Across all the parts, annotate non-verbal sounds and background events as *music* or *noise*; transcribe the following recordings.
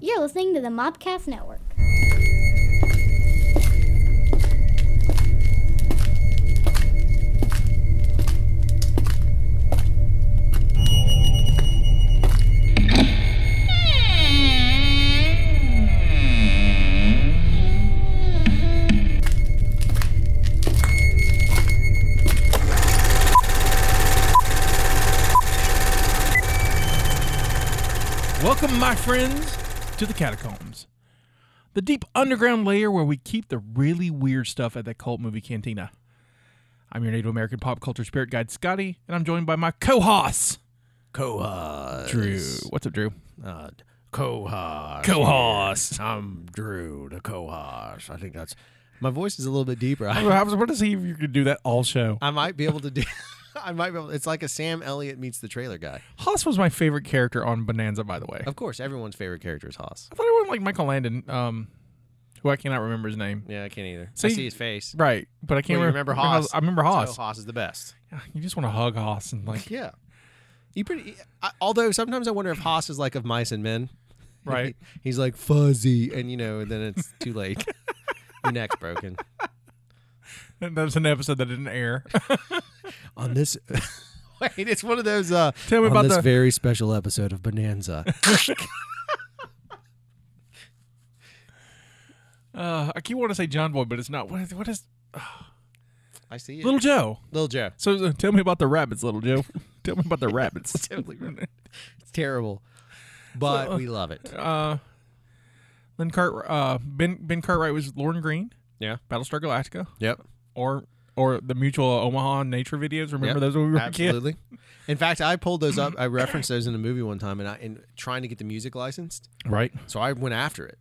You're listening to the Mobcast Network. Welcome, my friends, to the catacombs, the deep underground layer where we keep the really weird stuff at the cult movie cantina. I'm your Native American pop culture spirit guide, Scotty, and I'm joined by my co-host, Kohas. Drew. What's up, Drew? Uh, Kohas. Co-host. I'm Drew, the Kohas. I think that's. My voice is a little bit deeper. I, I was about to see if you could do that all show. I might be able to do. *laughs* I might be able. It's like a Sam Elliott meets the trailer guy. Haas was my favorite character on Bonanza, by the way. Of course, everyone's favorite character is Haas. I thought I would like Michael Landon, um, who I cannot remember his name. Yeah, I can't either. See- I see his face. Right, but I Well, can't you re- remember Haas. I remember Haas. So Haas is the best. You just want to hug Haas and like, *laughs* Yeah. You pretty. I, although sometimes I wonder if Haas is like of mice and men. right? *laughs* He's like fuzzy, and you know, then it's too *laughs* late. Your neck's broken. that was an episode that didn't air. on this *laughs* wait it's one of those uh Tell me on about this the- very special episode of bonanza Uh, I keep wanting to say John Boy, but it's not. What is, what is *laughs* i see you Little Joe? little joe So uh, tell me about the rabbits, Little Joe. *laughs* tell me about *laughs* the rabbits. totally right. it's terrible but we love it uh, Lynn Cart, uh, Ben Ben Cartwright was Lauren Green, yeah Battlestar Galactica, yep or or the Mutual Omaha Nature videos. Remember Yep. those when we were kids? absolutely in fact i pulled those up *coughs* i referenced those in a movie one time and i in trying to get the music licensed Right. so i went after it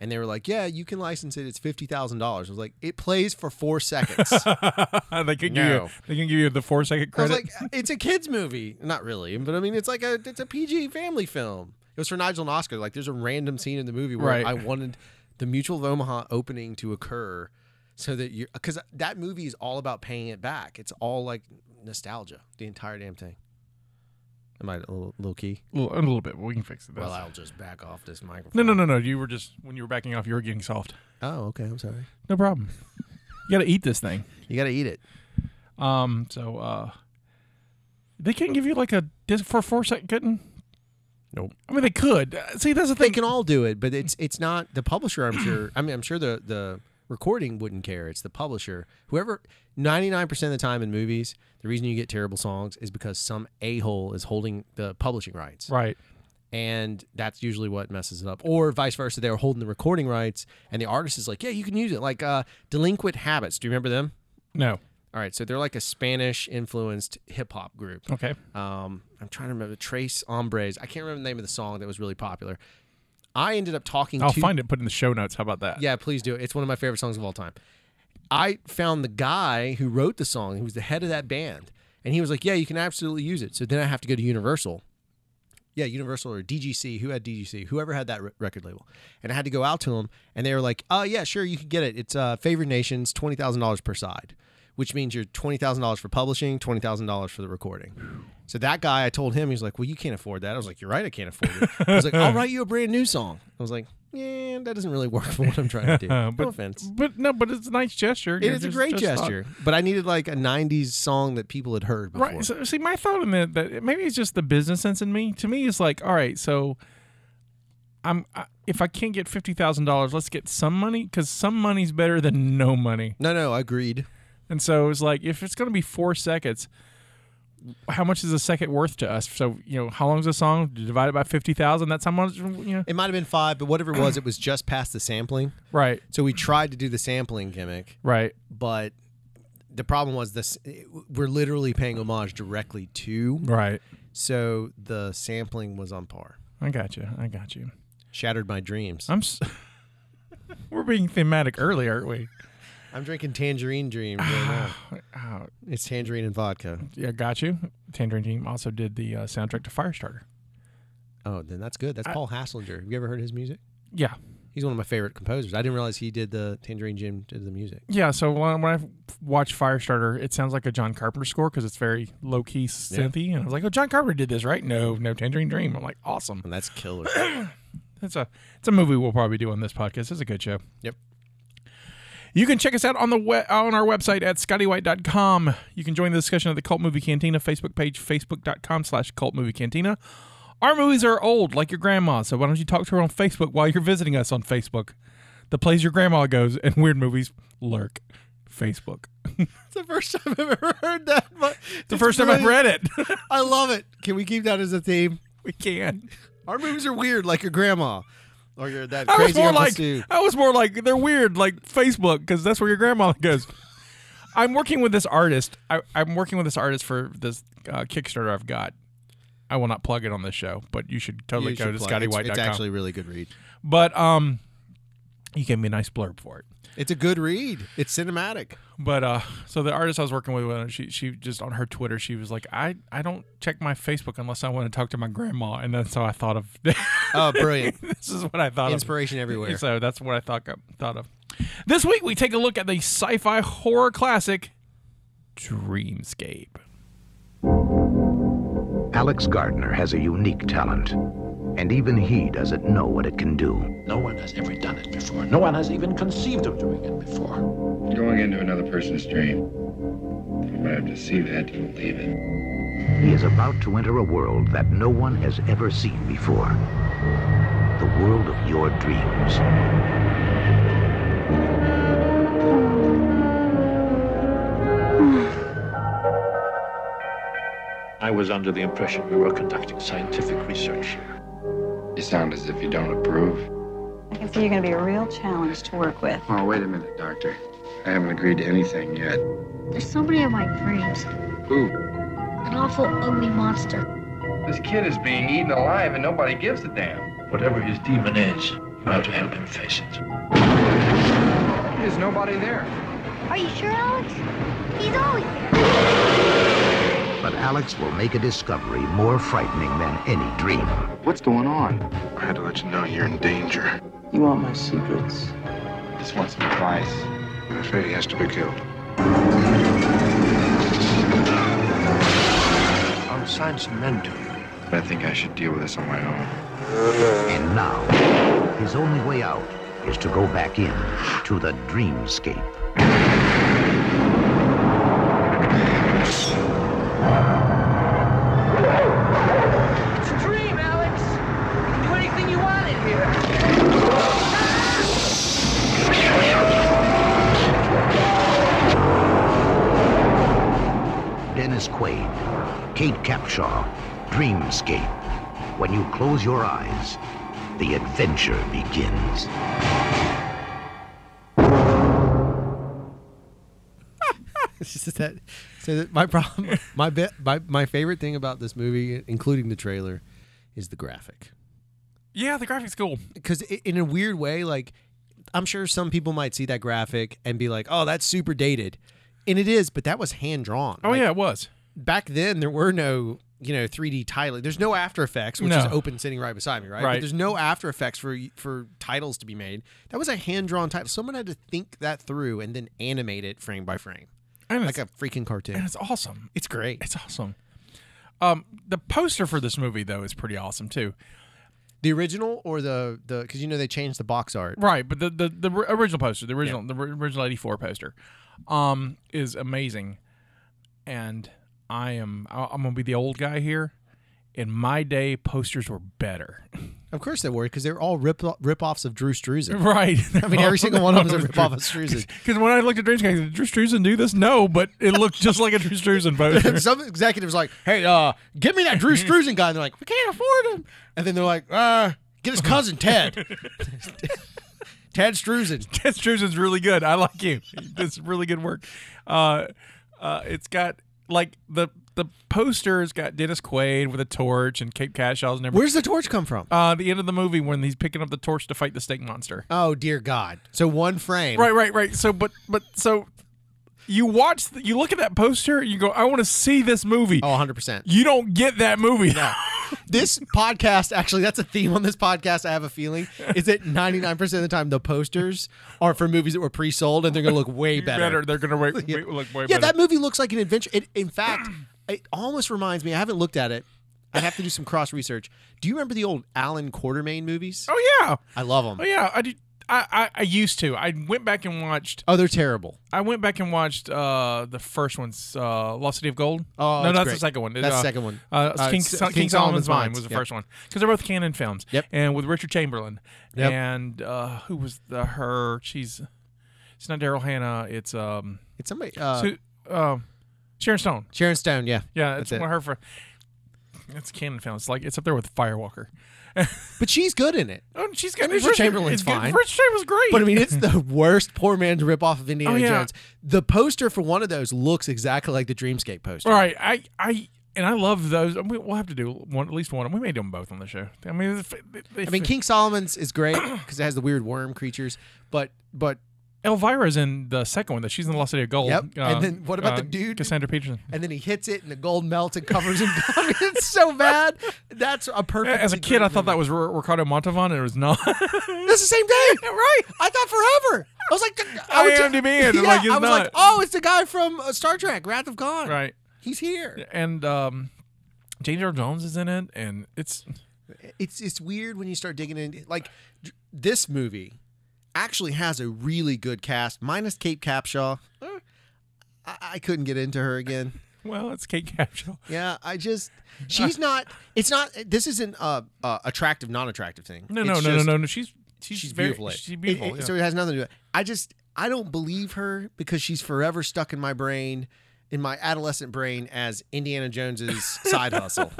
and they were like yeah you can license it it's $50000 i was like it plays for four *laughs* seconds *laughs* they can give you No. they can give you the four second I was credit. like, uh, it's a kids movie, not really, but I mean, it's like a it's a PG family film. It was for Nigel and Oscar. Like, there's a random scene in the movie where Right. I wanted the Mutual of Omaha opening to occur, so that you because that movie is all about paying it back. It's all like nostalgia, the entire damn thing. Am I a little, little key? a, little, a little bit. but We can fix it. That's- just back off this microphone. no, no, no, no. You were just when you were backing off, you were getting soft. Oh, okay. I'm sorry. No problem. you got to eat this thing. You gotta eat it. Um. So uh, they couldn't give you like a dis- for four second. Couldn't. Nope. I mean, they could. Uh, See, that's the They thing. can all do it, but it's it's not the publisher. I'm sure. I mean, I'm sure the the recording wouldn't care. It's the publisher. Whoever. Ninety nine percent of the time in movies, the reason you get terrible songs is because some a hole is holding the publishing rights, right. and that's usually what messes it up. Or vice versa, they were holding the recording rights, and the artist is like, "Yeah, you can use it." Like uh, Delinquent Habits. Do you remember them? No. All right, so they're like a Spanish influenced hip hop group. Okay. Um, I'm trying to remember Trace Hombres. I can't remember the name of the song that was really popular. I ended up talking I'll to Oh, find it. Put it in the show notes. How about that? yeah, please do. it. It's one of my favorite songs of all time. I found the guy who wrote the song, who was the head of that band, and he was like, "Yeah, you can absolutely use it." So then I have to go to Universal. Yeah, Universal or DGC, who had DGC, whoever had that re- record label, and I had to go out to them, and they were like, "Oh yeah, sure, you can get it. It's uh, Favored Nations, twenty thousand dollars per side, which means you're twenty thousand dollars for publishing, twenty thousand dollars for the recording." So that guy, I told him, he's like, "Well, you can't afford that." I was like, "You're right, I can't afford it." I was like, "I'll write you a brand new song." I was like, "Yeah, that doesn't really work *laughs* for what I'm trying to *laughs* do." Uh, but, no offense. But no. But it's a nice gesture. It is a great gesture, but I needed like a '90s song that people had heard before. right. So, see, my thought on that, that maybe it's just the business sense in me. To me, it's like, all right, so I'm I, if I can't get fifty thousand dollars, let's get some money because some money's better than no money. No, no, agreed. And so it's like if it's going to be four seconds, how much is a second worth to us? So you know, how long is a song divided by fifty thousand? That's how much. You know, It might have been five, but whatever it was, it was just past the sampling. right, So we tried to do the sampling gimmick, right, but the problem was this: we're literally paying homage directly to, right. so the sampling was on par. I got you. I got you. Shattered my dreams. I'm. S- *laughs* We're being thematic early, aren't we? I'm drinking tangerine dreams right *sighs* now. Oh, It's tangerine and vodka. yeah, got you. Tangerine Dream also did the uh, soundtrack to Firestarter. Oh, then that's good. That's Paul Hasslinger. Have you ever heard his music? Yeah, He's one of my favorite composers. I didn't realize he did the Tangerine Jim did the music. yeah. So when, when I watch Firestarter, it sounds like a John Carpenter score because it's very low key synthy, and I was like, "Oh, John Carpenter did this, right?" No, no, Tangerine Dream. I'm like, awesome. And that's killer. It's a it's a movie we'll probably do on this podcast. It's a good show. Yep. You can check us out on the we- on our website at scottywhite.com. You can join the discussion of the Cult Movie Cantina Facebook page, facebook.com slash cult movie cantina. Our movies are old, like your grandma, so why don't you talk to her on Facebook while you're visiting us on Facebook? The place your grandma goes and weird movies lurk. Facebook. *laughs* It's the first time I've ever heard that. But The first time I've read it. *laughs* I love it. Can we keep that as a theme? we can. Our movies are weird, like your grandma, or your that I was crazy more Uncle like Stu. I was more like they're weird, like Facebook, because that's where your grandma *laughs* goes. I'm working with this artist. I, I'm working with this artist for this uh, Kickstarter I've got. I will not plug it on this show, but you should totally You go to should plug- it's- scottywhite.com. It's actually a really good read. but um, you gave me a nice blurb for it. It's a good read. It's cinematic. But uh, so the artist I was working with, uh, she she just on her Twitter, she was like, I I don't check my Facebook unless I want to talk to my grandma, and that's how I thought of. *laughs* this Oh, brilliant! is what I thought. of. Inspiration everywhere. So that's what I thought thought of. This week we take a look at the sci-fi horror classic Dreamscape. Alex Gardner has a unique talent, and even he doesn't know what it can do. No one has ever done it before. No one has even conceived of doing it before. Going into another person's dream. You might have deceived had to believe it. He is about to enter a world that no one has ever seen before. The world of your dreams. I was under the impression we were conducting scientific research here. You sound as if you don't approve. I can see you're going to be a real challenge to work with. Oh, wait a minute, Doctor. I haven't agreed to anything yet. There's somebody in my dreams. Who? An awful, ugly monster. This kid is being eaten alive and nobody gives a damn. Whatever his demon is, you have to help him face it. There's nobody there. Are you sure, Alex? He's always there. But Alex will make a discovery more frightening than any dream. What's going on? I had to let you know you're in danger. You want my secrets? Just want some advice. I'm afraid he has to be killed. I'll assign some men to you. But I think I should deal with this on my own. And now, his only way out is to go back in to the dreamscape. It's a dream, Alex. You can do anything you want in here. Dennis Quaid, Kate Capshaw, Dreamscape. When you close your eyes, the adventure begins. It's just that. So that my problem, my bit, my my favorite thing about this movie, including the trailer, is the graphic. Yeah, the graphics cool. Because in a weird way, like I'm sure some people might see that graphic and be like, "Oh, that's super dated," and it is, but that was hand drawn. Oh yeah, it was. back then there were no you know 3D title. There's no After Effects, which No. is open sitting right beside me, right? Right. But there's no After Effects for for titles to be made. That was a hand drawn title. Someone had to think that through and then animate it frame by frame, And like it's, a freaking and cartoon. it's awesome. It's great. It's awesome. Um, the poster for this movie though is pretty awesome too. The original or the the because you know they changed the box art. Right, but the the, the r- original poster, the original the r- original '84 poster, um, is amazing, and I am I- I'm gonna be the old guy here. In my day, posters were better. Of course they were because they're all rip rip-offs of Drew Struzan. *laughs* *laughs* Right. I mean, every single one of *laughs* them is a ripoff of Struzan. Because when I looked at Dreamscape, I said, Drew Struzan do this? No, but it looked just like a Drew Struzan *laughs* poster. Some executives like, hey, uh, give me that Drew Struzan guy. And they're like, we can't afford *laughs* him. And then they're like, uh, get his cousin Ted. *laughs* Ted Struzan. Ted Struzan's really good. I like you. That's really good work. Uh, uh, it's got like the the poster's got Dennis Quaid with a torch and Kate Cashaw's and everything. Where's the torch come from? Uh, the end of the movie when he's picking up the torch to fight the snake monster. Oh dear God! So one frame. Right, right, right. So, but, but, so you watch, the, you look at that poster, you go, I want to see this movie. Oh, 100 percent. You don't get that movie. This podcast, actually, that's a theme on this podcast. I have a feeling is that 99 percent of the time the posters are for movies that were pre-sold and they're gonna look way better. They're gonna wait, wait- look way *laughs* yeah, better. that movie looks like an adventure. It, in fact, it almost reminds me. I haven't looked at it. I'd have to do some cross research. Do you remember the old Alan Quartermain movies? Oh yeah, I love oh them. yeah. I did. I, I, I used to. I went back and watched. Oh, they're terrible. I went back and watched uh, the first one's uh, Lost City of Gold. Oh, no, it's that's great. the second one. It, That's the uh, second one. Uh, Uh, King, S- Sol- King, King Solomon's Solomon's Mine Mines. was the Yep. first one because they're both canon films. Yep. And with Richard Chamberlain. Yep. And uh, who was the her? She's it's not Daryl Hannah. It's um, It's somebody. Uh, Su- um Sharon Stone. Sharon Stone. Yeah, Yeah, it's That's one it. of her. For, it's canon film. It's like it's up there with Firewalker. but she's good in it. Oh, and she's got And Richard Chamberlain's it's good. fine. Richard Chamberlain's great. But I mean, it's the worst poor man's ripoff of Indiana Oh, yeah. Jones. The poster for one of those looks exactly like the Dreamscape poster. *laughs* All right, I, I, and I love those. We, we'll have to do one, at least one. We may do them both on the show. I mean, if- if- I mean, King Solomon's is great *clears throat* because it has the weird worm creatures. But but Elvira's in the second one. That she's in the Lost City of Gold. Uh, Yep. And then what about the dude- Cassandra Peterson? and then he hits it and the gold melts and covers him. *laughs* it's so bad. That's a perfect. As a kid, I thought that was R- Ricardo Montalban, and it was *laughs* not. That's the *laughs* same day, right? I thought forever. I was like, I was just- IMDb, and yeah, I'm like, it's I was not. like, oh, it's the guy from uh, Star Trek: Wrath of Khan. right, he's here. and um, James Earl Jones is in it, and it's It's it's weird when you start digging in. Like dr- this movie actually has a really good cast, minus Kate Capshaw. I, I couldn't get into *laughs* her again. well, it's Kate Capshaw. Yeah, I just Uh, she's not. It's not. This isn't a, a attractive, non-attractive thing. No, It's no, no, no, just- no, no. She's she's, she's very, beautiful. eh? She's beautiful. It- it- yeah. So it has nothing to do. With it. I just I don't believe her because she's forever stuck in my brain, in my adolescent brain, as *laughs* Indiana Jones's side hustle.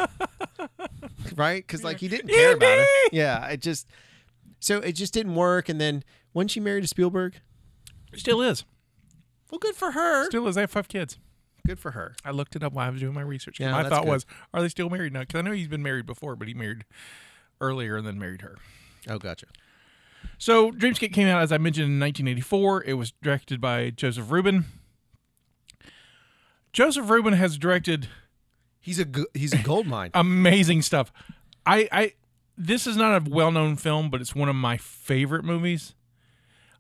Right? Because like he didn't care about her. Yeah, it just so it just didn't work. And then when she married to Spielberg, Still is. well, good for her. Still is. They have five kids. Good for her. I looked it up while I was doing my research. Yeah, my that's thought good. was, are they still married now? Because I know he's been married before, but he married earlier and then married her. Oh, gotcha. So Dreamscape came out, as I mentioned, in 1984. It was directed by Joseph Rubin. Joseph Rubin has directed He's a go- he's a *laughs* gold mine. amazing stuff. I, I this is not a well-known film, but it's one of my favorite movies.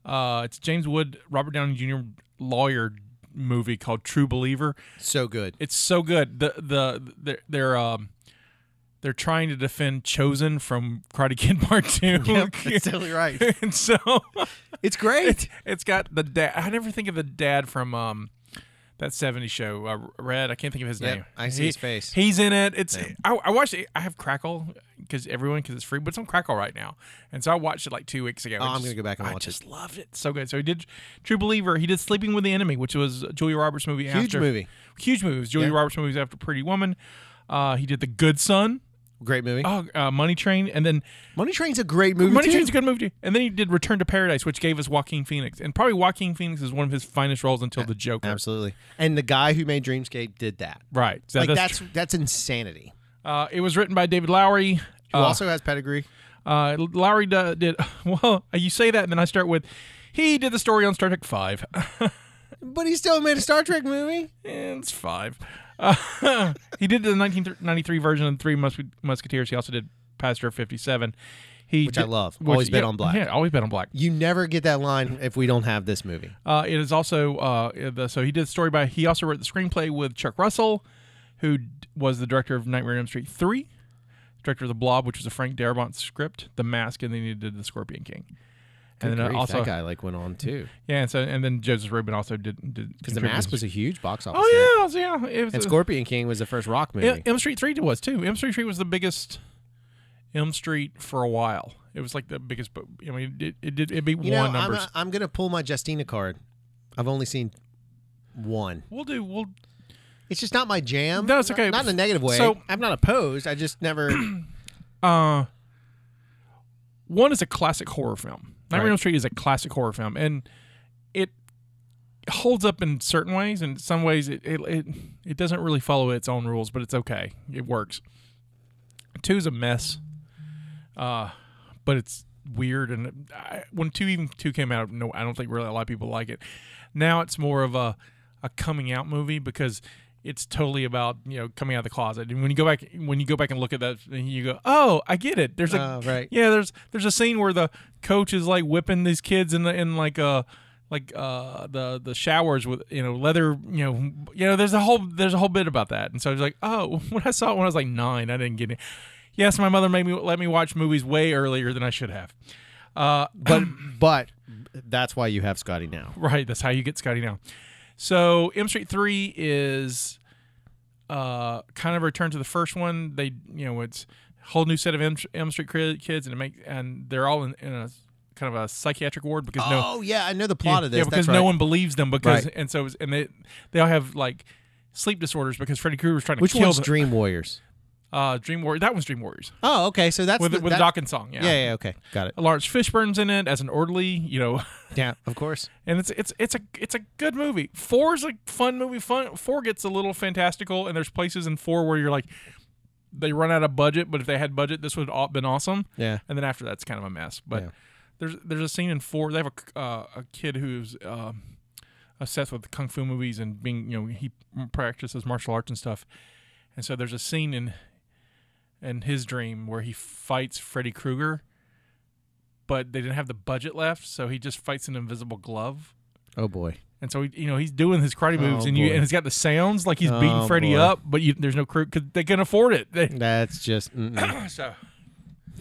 Uh, it's James Wood, Robert Downey Jr. lawyer movie called True Believer. So good. It's so good. The the they're, they're um they're trying to defend Chosen from Karate Kid Part Two. *laughs* That's totally right. and so It's great. it's, it's got the dad. I never think of the dad from um that '70s show uh, Red. I can't think of his Yep, name. I see his face. He's in it. It's I, I watched it. I have Crackle because everyone because it's free, but it's on Crackle right now. And so I watched it like two weeks ago. Oh, I I'm just- gonna go back and I watch it. just loved it. So good. So he did True Believer. He did Sleeping with the Enemy, which was Julia Roberts' movie. Huge after- movie. Huge movie. It was Julia Yeah. Roberts' movies after Pretty Woman. Uh, he did The Good Son, Great movie. oh, uh, Money Train, and then Money Train's a great movie. Money too. Train's a good movie. too. And then he did Return to Paradise, which gave us Joaquin Phoenix, and probably Joaquin Phoenix is one of his finest roles until The Joker. Absolutely. And the guy who made Dreamscape did that. Right. So like that's that's tr- that's, insanity. uh, it was written by David Lowery. Who uh, also has pedigree. Uh, Lowry d- did *laughs* well. You say that, and then I start with he did the story on Star Trek Five. *laughs* But he still made a Star Trek movie. it's five. *laughs* Uh, he did the 1993 version of Three Mus- Musketeers. He also did Pastor of 57. He Which I did- love. Always Bet yeah, on Black. Yeah, always bet on black. You never get that line if we don't have this movie. Uh, it is also uh, the, so he did the story by. He also wrote the screenplay with Chuck Russell, who d- was the director of Nightmare on Elm Street Three, director of The Blob, which was a Frank Darabont script, The Mask, and then he did The Scorpion King. And then uh, Grief, also that guy like went on too. Yeah, and so and then Joseph Rubin also did because Because the mask was a huge box office. hit. Oh yeah, it was- yeah. It was, And Scorpion King was the first rock movie. Yeah, M Street Three was too. M Street Three was the biggest M Street for a while. It was like the biggest. bo- I mean, it it did it beat you know, one I'm, numbers. i I'm gonna pull my Justina card. I've only seen one. we'll do. We'll It's just not my jam. No, it's Not- okay. Not in a negative way. So- I'm not opposed. I just never. *clears throat* uh, one is a classic horror film. Nightmare on Right. Elm Street is a classic horror film, and it holds up in certain ways, and in some ways it it, it it doesn't really follow its own rules, but it's okay. It works. Two's a mess, uh, but it's weird, and I, when two even two came out, no, I don't think really a lot of people like it. Now it's more of a a coming out movie because. It's totally about you know coming out of the closet, and when you go back when you go back and look at that, you go, oh, I get it. There's a Oh, right. yeah, there's there's a scene where the coach is like whipping these kids in the in like a like uh, the the showers with you know leather you know you know there's a whole there's a whole bit about that and so I was like oh *laughs* when I saw it when I was like nine I didn't get it yes my mother made me let me watch movies way earlier than I should have uh, But but that's why you have Scotty now. Right, that's how you get Scotty now. So M Street Three is uh, kind of a return to the first one. They, you know, it's a whole new set of M, M Street cri- kids, and it make and they're all in, in a kind of a psychiatric ward because no, oh yeah, I know the plot yeah, of this. yeah, because That's no right. one believes them because Right. and so it was- and they they all have like sleep disorders because Freddy Krueger was trying to Which kill one's the, Dream Warriors? uh, Dream Warrior. That one's Dream Warriors Oh, okay. So that's with the, with that- Doc and Song. Yeah, yeah, yeah. Okay, got it. Lawrence Fishburne's in it as an orderly. You know. Yeah, of course. and it's it's it's a it's a good movie. Four is a fun movie. Fun four gets a little fantastical, and there's places in four where you're like, they run out of budget, but if they had budget, this would have been awesome. Yeah. And then after that's kind of a mess. But Yeah. there's there's a scene in four. They have a c- uh, a kid who's um obsessed with kung fu movies and being you know he practices martial arts and stuff. And so there's a scene in in his dream where he fights Freddy Krueger, but they didn't have the budget left, so he just fights an invisible glove. Oh boy. And so he, you know he's doing his karate moves, Oh, and you boy. and it's got the sounds like he's beating Oh, Freddy boy. up, but you, there's no crew because they can afford it. They, That's just mm-mm. so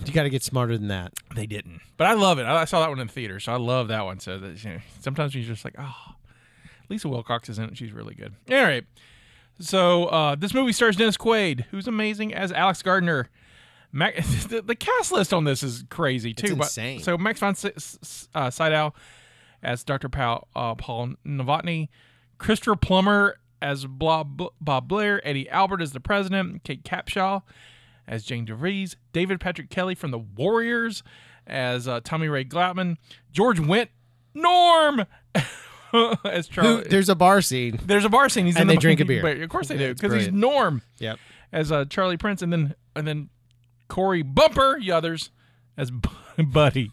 you got to get smarter than that. they didn't. But I love it. I, I saw that one in the theater, so I love that one. So that, you know, sometimes you're just like, oh, Lisa Wilcox is in it. She's really good. All right. So uh, this movie stars Dennis Quaid, who's amazing as Alex Gardner. Mac, *laughs* the, the cast list on this is crazy too. but- insane. so Max von S- S- uh, Sydow as Dr. Paul, uh, Paul Novotny, Christopher Plummer as Bob, Bob Blair, Eddie Albert as the president, Kate Capshaw as Jane DeVries, David Patrick Kelly from The Warriors as uh, Tommy Ray Glattman, George Wendt, Norm *laughs* as Charlie. Who, there's a bar scene. There's a bar scene. He's And in they the drink a beer. But of course they do It's because he's brilliant. Norm Yep. as uh, Charlie Prince, and then and then Corey Bumper, the others as B- *laughs* Buddy.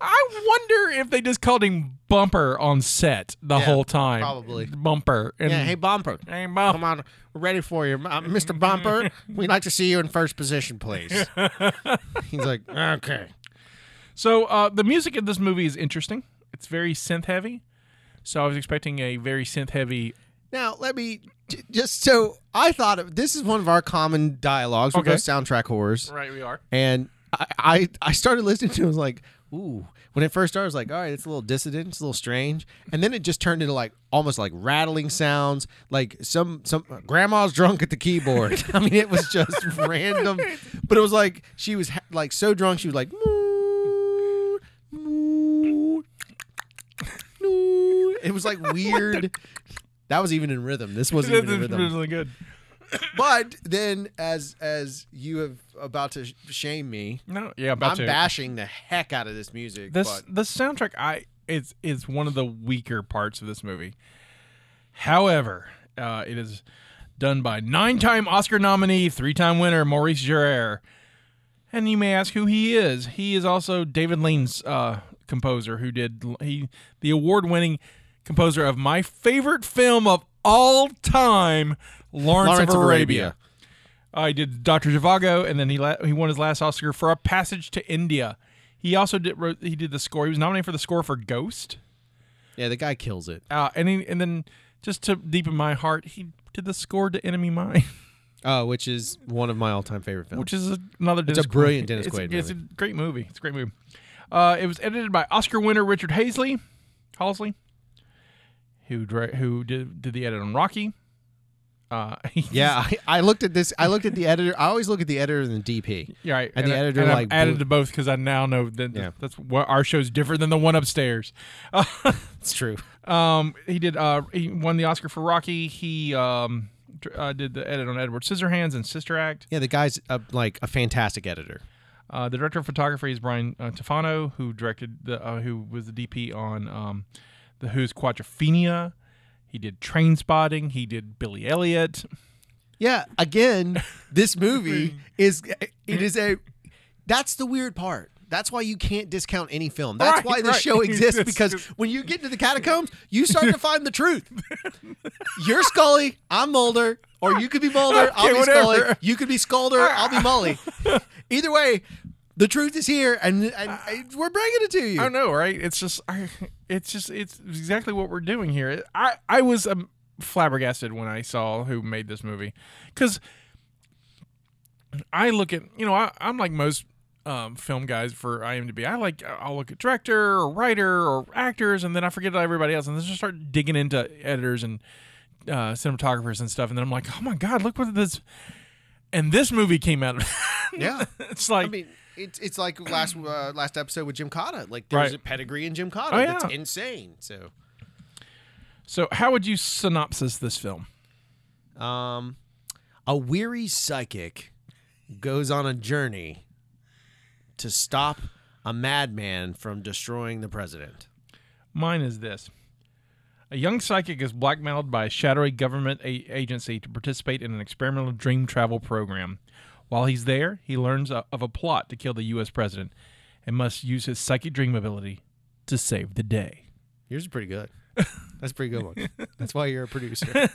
I wonder if they just called him Bumper on set the Yeah, whole time. probably. Bumper. And Yeah. Hey, Bumper. hey, Come Bump. on, we're ready for you, uh, Mr. Bumper. We'd like to see you in first position, *laughs* please. He's like, okay. So uh, the music in this movie is interesting. It's very synth heavy. So I was expecting a very synth heavy. Now let me j- just so I thought of, this is one of our common dialogues. We're Okay. both soundtrack horrors. Right, we are. And I, I, I started listening to it. I was like, ooh. When it first started, I was like, all right, it's a little dissident, it's a little strange. And then it just turned into like almost like rattling sounds, like some some grandma's drunk at the keyboard. *laughs* I mean, it was *laughs* just random, but it was like she was ha- like so drunk, she was like, "Moo, moo, moo." it was *laughs* like weird. That was even in rhythm. This wasn't even It's in rhythm really good. but then as as you have about to sh- shame me No, yeah, about i'm to. bashing the heck out of this music This but the soundtrack I is is one of the weaker parts of this movie. However, uh, it is done by nine-time Oscar nominee, three-time winner Maurice Jarre. And you may ask who he is. He is also David Lean's uh, composer, who did he the award-winning composer of my favorite film of all time, Lawrence, of Arabia. Uh, he did Doctor Zhivago, and then he la- he won his last Oscar for A Passage to India. He also did wrote, he did the score. He was nominated for the score for Ghost, yeah the guy kills it uh, and he, and then just to deepen my heart, he did the score to Enemy Mine, *laughs* oh which is one of my all-time favorite films which is another. It's Dennis a brilliant Dennis it's, Quaid It's a movie. great movie. It's a great movie. Uh, it was edited by Oscar winner Richard Hazley, Halsley, who dra- who did did the edit on Rocky. Uh, *laughs* he- yeah I, I looked at this i looked at the editor i always look at the editor and the dp Yeah, right. And the I- editor, and I've like, added blew- to both because I now know that Yeah. that's what our show's different than the one upstairs. it's true um, he did. Uh, he won the Oscar for Rocky. He um, dr- uh, did the edit on Edward Scissorhands and Sister Act. yeah the guy's uh like a fantastic editor Uh, the director of photography is Brian uh, Tufano, who directed the uh, who was the DP on um, the Who's Quadrophenia. He did Train Spotting. He did Billy Elliot. yeah *laughs* again this movie is it is a that's the weird part that's why you can't discount any film. That's Right, why this right. show exists *laughs* It's because when you get into the *laughs* catacombs, you start to find the truth. You're Scully, I'm Mulder, or you could be Mulder, I'll *laughs* Okay, be whatever. *laughs* Scully, you could be Sculder, I'll be Mully. Either way, The truth is here, and, and and we're bringing it to you. I know, right? It's just, I, it's just, it's exactly what we're doing here. I, I was um, flabbergasted when I saw who made this movie, because I look at, you know, I, I'm like most um, film guys for IMDb. I like, I'll look at director or writer or actors, and then I forget about everybody else, and then just start digging into editors and uh, cinematographers and stuff, and then I'm like, oh my god, look what this, and this movie came out. Yeah. *laughs* it's like. I mean, it's it's like last uh, last episode with Jim Cotta. Like there's Right. a pedigree in Jim Cotta Oh, that's yeah. insane. So, So, how would you synopsis this film? um, a weary psychic goes on a journey to stop a madman from destroying the president. Mine is this A young psychic is blackmailed by a shadowy government a- agency to participate in an experimental dream travel program. While he's there, he learns o- of a plot to kill the U.S. president and must use his psychic dream ability to save the day. Yours is pretty good. That's a pretty good one. That's why you're a producer.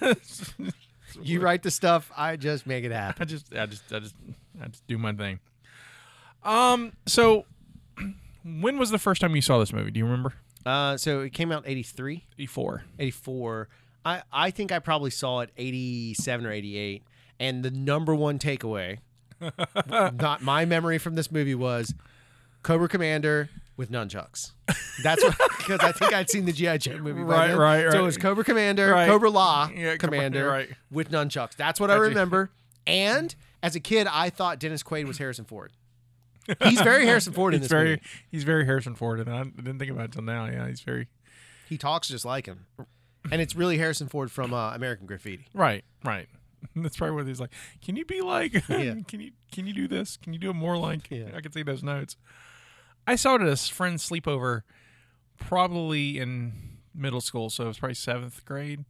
you write the stuff. I just make it *laughs* happen. I just, I just, I just, I just do my thing. Um, so *clears throat* when was the first time you saw this movie? Do you remember? E Uh, so it came out 83. 84. 84. I, I think I probably saw it 87 or 88. And the number *laughs* one takeaway, not my memory from this movie, was Cobra Commander with nunchucks. *laughs* That's what, because I think I'd seen the G.I. Joe movie. by Right, then. right, So right. it was Cobra Commander, Right. Cobra Law Yeah, Cobra- Commander right. with nunchucks. That's what I Gotcha. remember. And as a kid, I thought Dennis Quaid was Harrison Ford. He's very Harrison Ford in He's this very, movie. he's very Harrison Ford, and I didn't think about it till now. Yeah, he's very He talks just like him. And it's really Harrison Ford from uh, American Graffiti. Right, right. *laughs* That's probably what he's like. Can you be like? *laughs* Can you can you do this? Can you do it more like? I can see those notes. I saw it at a friend's sleepover, probably in middle school, so it was probably seventh grade.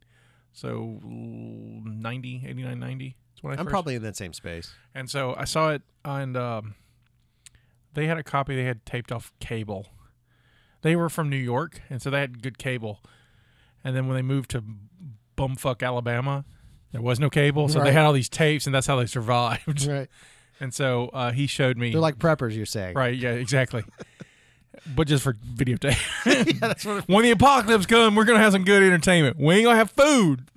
So 90, 89, 90. That's when I I'm first- probably in that same space. And so I saw it, and um, they had a copy they had taped off cable. They were from New York, and so they had good cable. And then when they moved to bumfuck Alabama, there was no cable, so they Right. had all these tapes, and that's how they survived. Right. And so uh, he showed me. They're like preppers, you're saying. right, yeah, *laughs* exactly. but just for videotape. when the apocalypse comes, we're gonna have some good entertainment. We ain't gonna have food.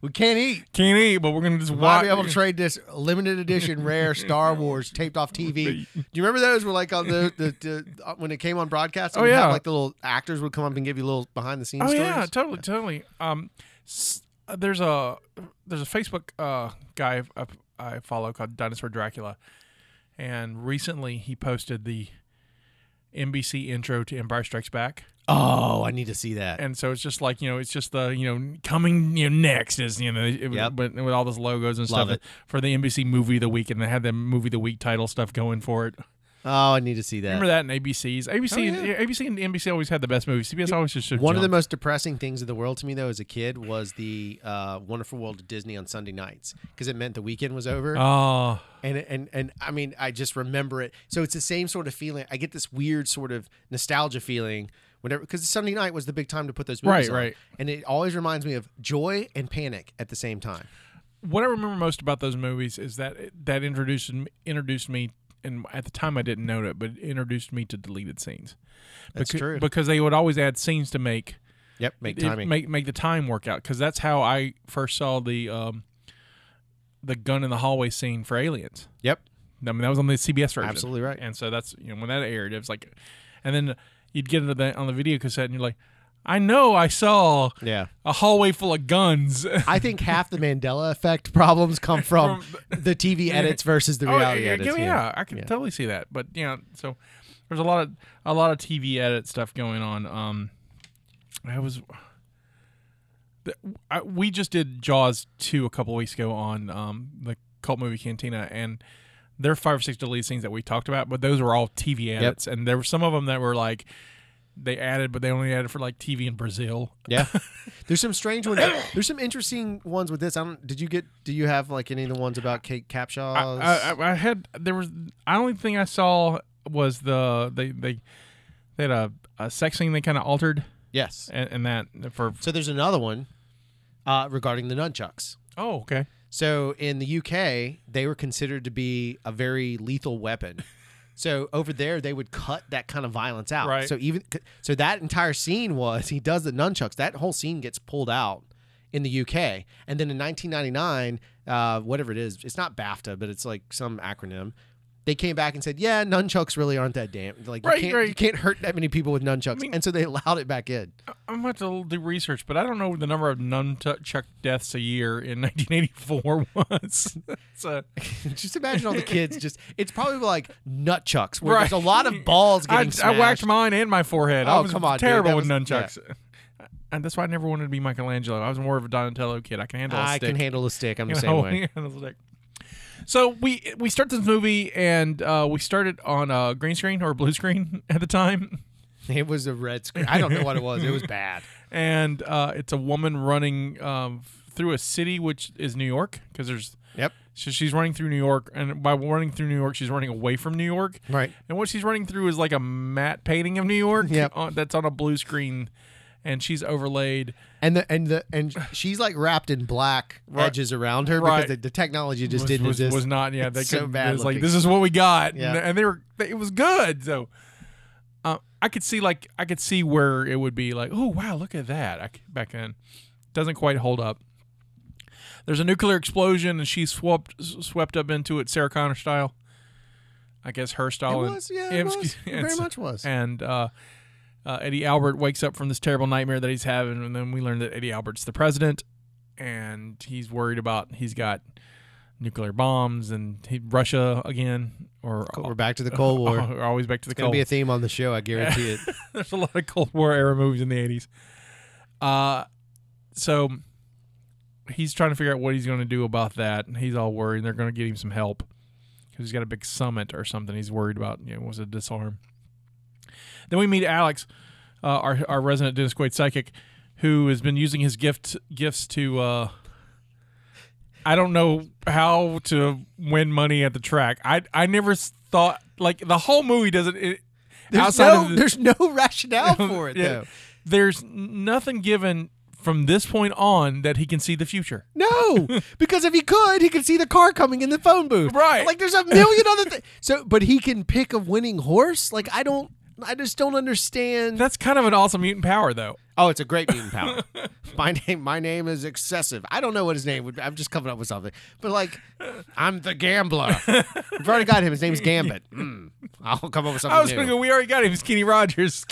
We can't eat. Can't eat, but we're gonna just Why watch. be able to trade this limited *laughs* edition rare Star Wars taped off TV? Do you remember those were like on the, the, the uh, when it came on broadcast? Oh, we'd have, yeah. like the little actors would come up and give you little behind the scenes Oh stories. yeah, totally, totally. Um, s- uh, there's a there's a Facebook uh guy I, I follow called Dinosaur Dracula, and recently he posted the NBC intro to Empire Strikes Back, Oh, I need to see that. and so it's just like you know it's just the you know coming you know next is you know it, Yep. with, with all those logos and Love stuff it. for the NBC movie of the week, and they had the movie of the week title stuff going for it. Oh, I need to see that. Remember that in ABC's ABC Oh, and ABC and NBC always had the best movies. CBS always just should One of the jump. most depressing things of the world to me, though, as a kid, was the uh, Wonderful World of Disney on Sunday nights because it meant the weekend was over. oh and and and I mean, I just remember it. So it's the same sort of feeling. I get this weird sort of nostalgia feeling whenever because Sunday night was the big time to put those Right, movies on. right. And it always reminds me of joy and panic at the same time. what I remember most about those movies is that that introduced introduced me, and at the time I didn't know it, but it introduced me to deleted scenes. That's Becau- true. because they would always add scenes to make Yep, make it- timing. make make the time work out. Because that's how I first saw the um, the gun in the hallway scene for Aliens. yep, I mean, that was on the CBS version. Absolutely right. And so that's you know when that aired, it was like, and then you'd get into the on the video cassette, and you're like, I know I saw yeah. a hallway full of guns. *laughs* I think half the Mandela effect problems come from *laughs* the TV edits versus the reality Oh, yeah, edits. yeah, yeah, I can totally see that. But yeah, so there's a lot of a lot of TV edit stuff going on. Um, I was the- I, we just did Jaws two a couple weeks ago on um the cult movie Cantina, and there are five or six deleted scenes that we talked about, but those were all TV edits, and there were some of them that were like they added, but they only added for like TV in Brazil. *laughs* Yeah. There's some strange ones. There's some interesting ones with this. I don't. Did you get? Do you have like any of the ones about Kate Capshaw's? I, I, I had there was I only thing I saw was the they they they had a, a sex scene they kind of altered yes. and, and that for So there's another one uh, regarding the nunchucks. oh okay *laughs* So in the UK, they were considered to be a very lethal weapon. So over there, they would cut that kind of violence out. Right. So even so, that entire scene was he does the nunchucks. That whole scene gets pulled out in the UK, and then in 1999, uh, whatever it is, it's not BAFTA, but it's like some acronym. They came back and said, "Yeah, nunchucks really aren't that damn like Right, you, can't, right. you can't hurt that many people with nunchucks," and so they allowed it back in. I'm about to do research, but I don't know the number of nunchuck deaths a year in *laughs* 1984 was. *laughs* so, *laughs* just imagine all the kids just it's probably like nunchucks where Right. there's a lot of balls I, getting I whacked smashed. mine and my forehead. I Oh, was come on, dude. terrible That with was- nunchucks. And that's why I never wanted to be Michelangelo. I was more of a Donatello kid. I can handle a I stick. can handle a stick. I'm the You *laughs* same know, way. yeah, that's like- So we we start this movie and uh, we started on a green screen or a blue screen *laughs* at the time, It was a red screen. I don't know what it was. It was bad. and uh, it's a woman running um, through a city which is New York because there's Yep. so she's running through New York and by running through New York she's running away from New York Right. and what she's running through is like a matte painting of New York Yep. on, that's on a blue screen and she's overlaid And the and the and she's like wrapped in black Right. edges around her Right. because the, the technology just was, didn't was, exist. was not yeah they It's so couldn't- bad it was like looking. this is what we got Yeah. and, and they were they, it was good so uh, i could see like i could see where it would be like oh wow look at that I c back then doesn't quite hold up there's a nuclear explosion and she's swept s- swept up into it sarah connor style i guess her It style and- was, yeah, it and- *laughs* was. It and very so- much was. and uh, uh, Eddie Albert wakes up from this terrible nightmare that he's having, and then we learn that Eddie Albert's the president, and he's worried about he's got nuclear bombs and he, Russia again, or We're *laughs* back to the Cold War. or always back to the it's Oh, gonna Cold. be a theme on the show, I *laughs* guarantee it. There's a lot of Cold War era movies in the '80s. Uh, so he's trying to figure out what he's going to do about that, and he's all worried. They're going to get him some help because he's got a big summit or something. He's worried about you know was it disarm. Then we meet Alex, uh, our our resident Dennis Quaid psychic, who has been using his gift gifts to. Uh, I don't know how to win money at the track. I I never s- thought like the whole movie doesn't. It, There's outside no, of the, there's no *laughs* *laughs* rationale for it Yeah. though. There's nothing given from this point on that he can see the future. *laughs* No, because if he could, he could see the car coming in the phone booth. Right. Like there's a million *laughs* other things. So, but he can pick a winning horse. Like I don't, I just don't understand. That's kind of an awesome mutant power, though. Oh, it's a great mutant power. *laughs* my name, my name is excessive. I don't know what his name would. be. I'm just coming up with something. But like, I'm the gambler. We've already got him. His name's Gambit. *laughs* Mm. I'll come up with something I was new. going to go, we already got him. Skinny Rogers.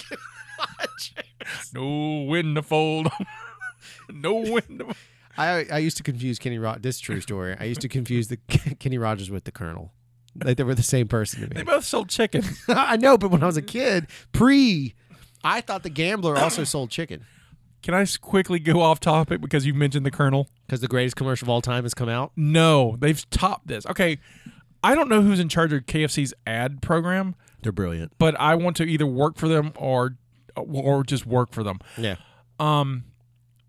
no wind to fold. *laughs* no wind to I I used to confuse Kenny Rogers. This is a true story. I used to confuse the *laughs* Kenny Rogers with the Colonel. Like they were the same person to me. They both sold chicken. *laughs* I know, but when I was a kid, pre, I thought the gambler *coughs* also sold chicken Can I s- quickly go off topic because you mentioned the Colonel? because the greatest commercial of all time has come out. No, they've topped this. Okay, I don't know who's in charge of KFC's ad program, They're brilliant. but I want to either work for them or or just work for them. Yeah. um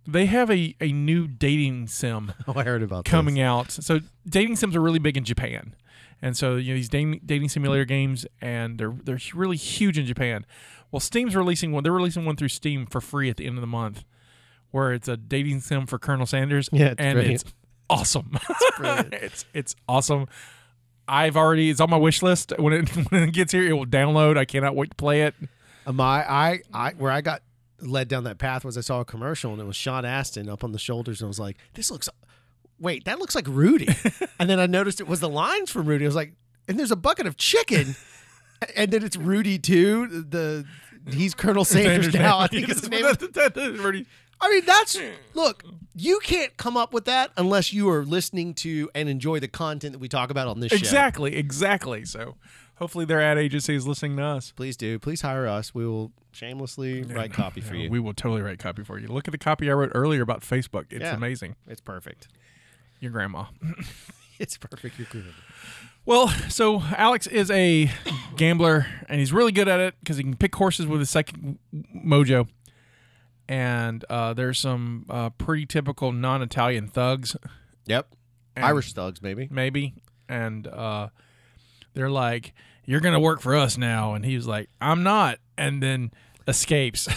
they have a, a new dating sim *laughs* Oh, I heard about coming out. So dating sims are really big in Japan. And so you know these dating, dating simulator games and they're they're hu- really huge in Japan. Well, Steam's releasing one. They're releasing one through Steam for free at the end of the month where it's a dating sim for Colonel Sanders Yeah, it's and brilliant. it's awesome. *laughs* It's, it's awesome. I've already it's on my wish list. When it *laughs* when it gets here, it will download. I cannot wait to play *laughs* it. My Um, I I where I got led down that path was I saw a commercial and it was Sean Astin up on the shoulders and I was like, this looks. Wait, that looks like Rudy. and then I noticed it was the lines from Rudy. I was like, and there's a bucket of chicken, and then it's Rudy too. The he's Colonel Sanders now. *laughs* I think his name is I mean, that's look. You can't come up with that unless you are listening to and enjoy the content that we talk about on this show. Exactly, exactly. So hopefully their ad agency is listening to us. Please do. Please hire us. We will shamelessly write copy for you. We will totally write copy for you. Look at the copy I wrote earlier about Facebook. It's Yeah. amazing. it's perfect. Your grandma. *laughs* It's perfect. You're good. Well, so Alex is a gambler and he's really good at it because he can pick horses with his psychic mojo. And uh, there's some uh, pretty typical non Italian thugs, Yep. And- Irish thugs, maybe. maybe. And uh, they're like, You're going to work for us now. And he's like, I'm not. And then escapes.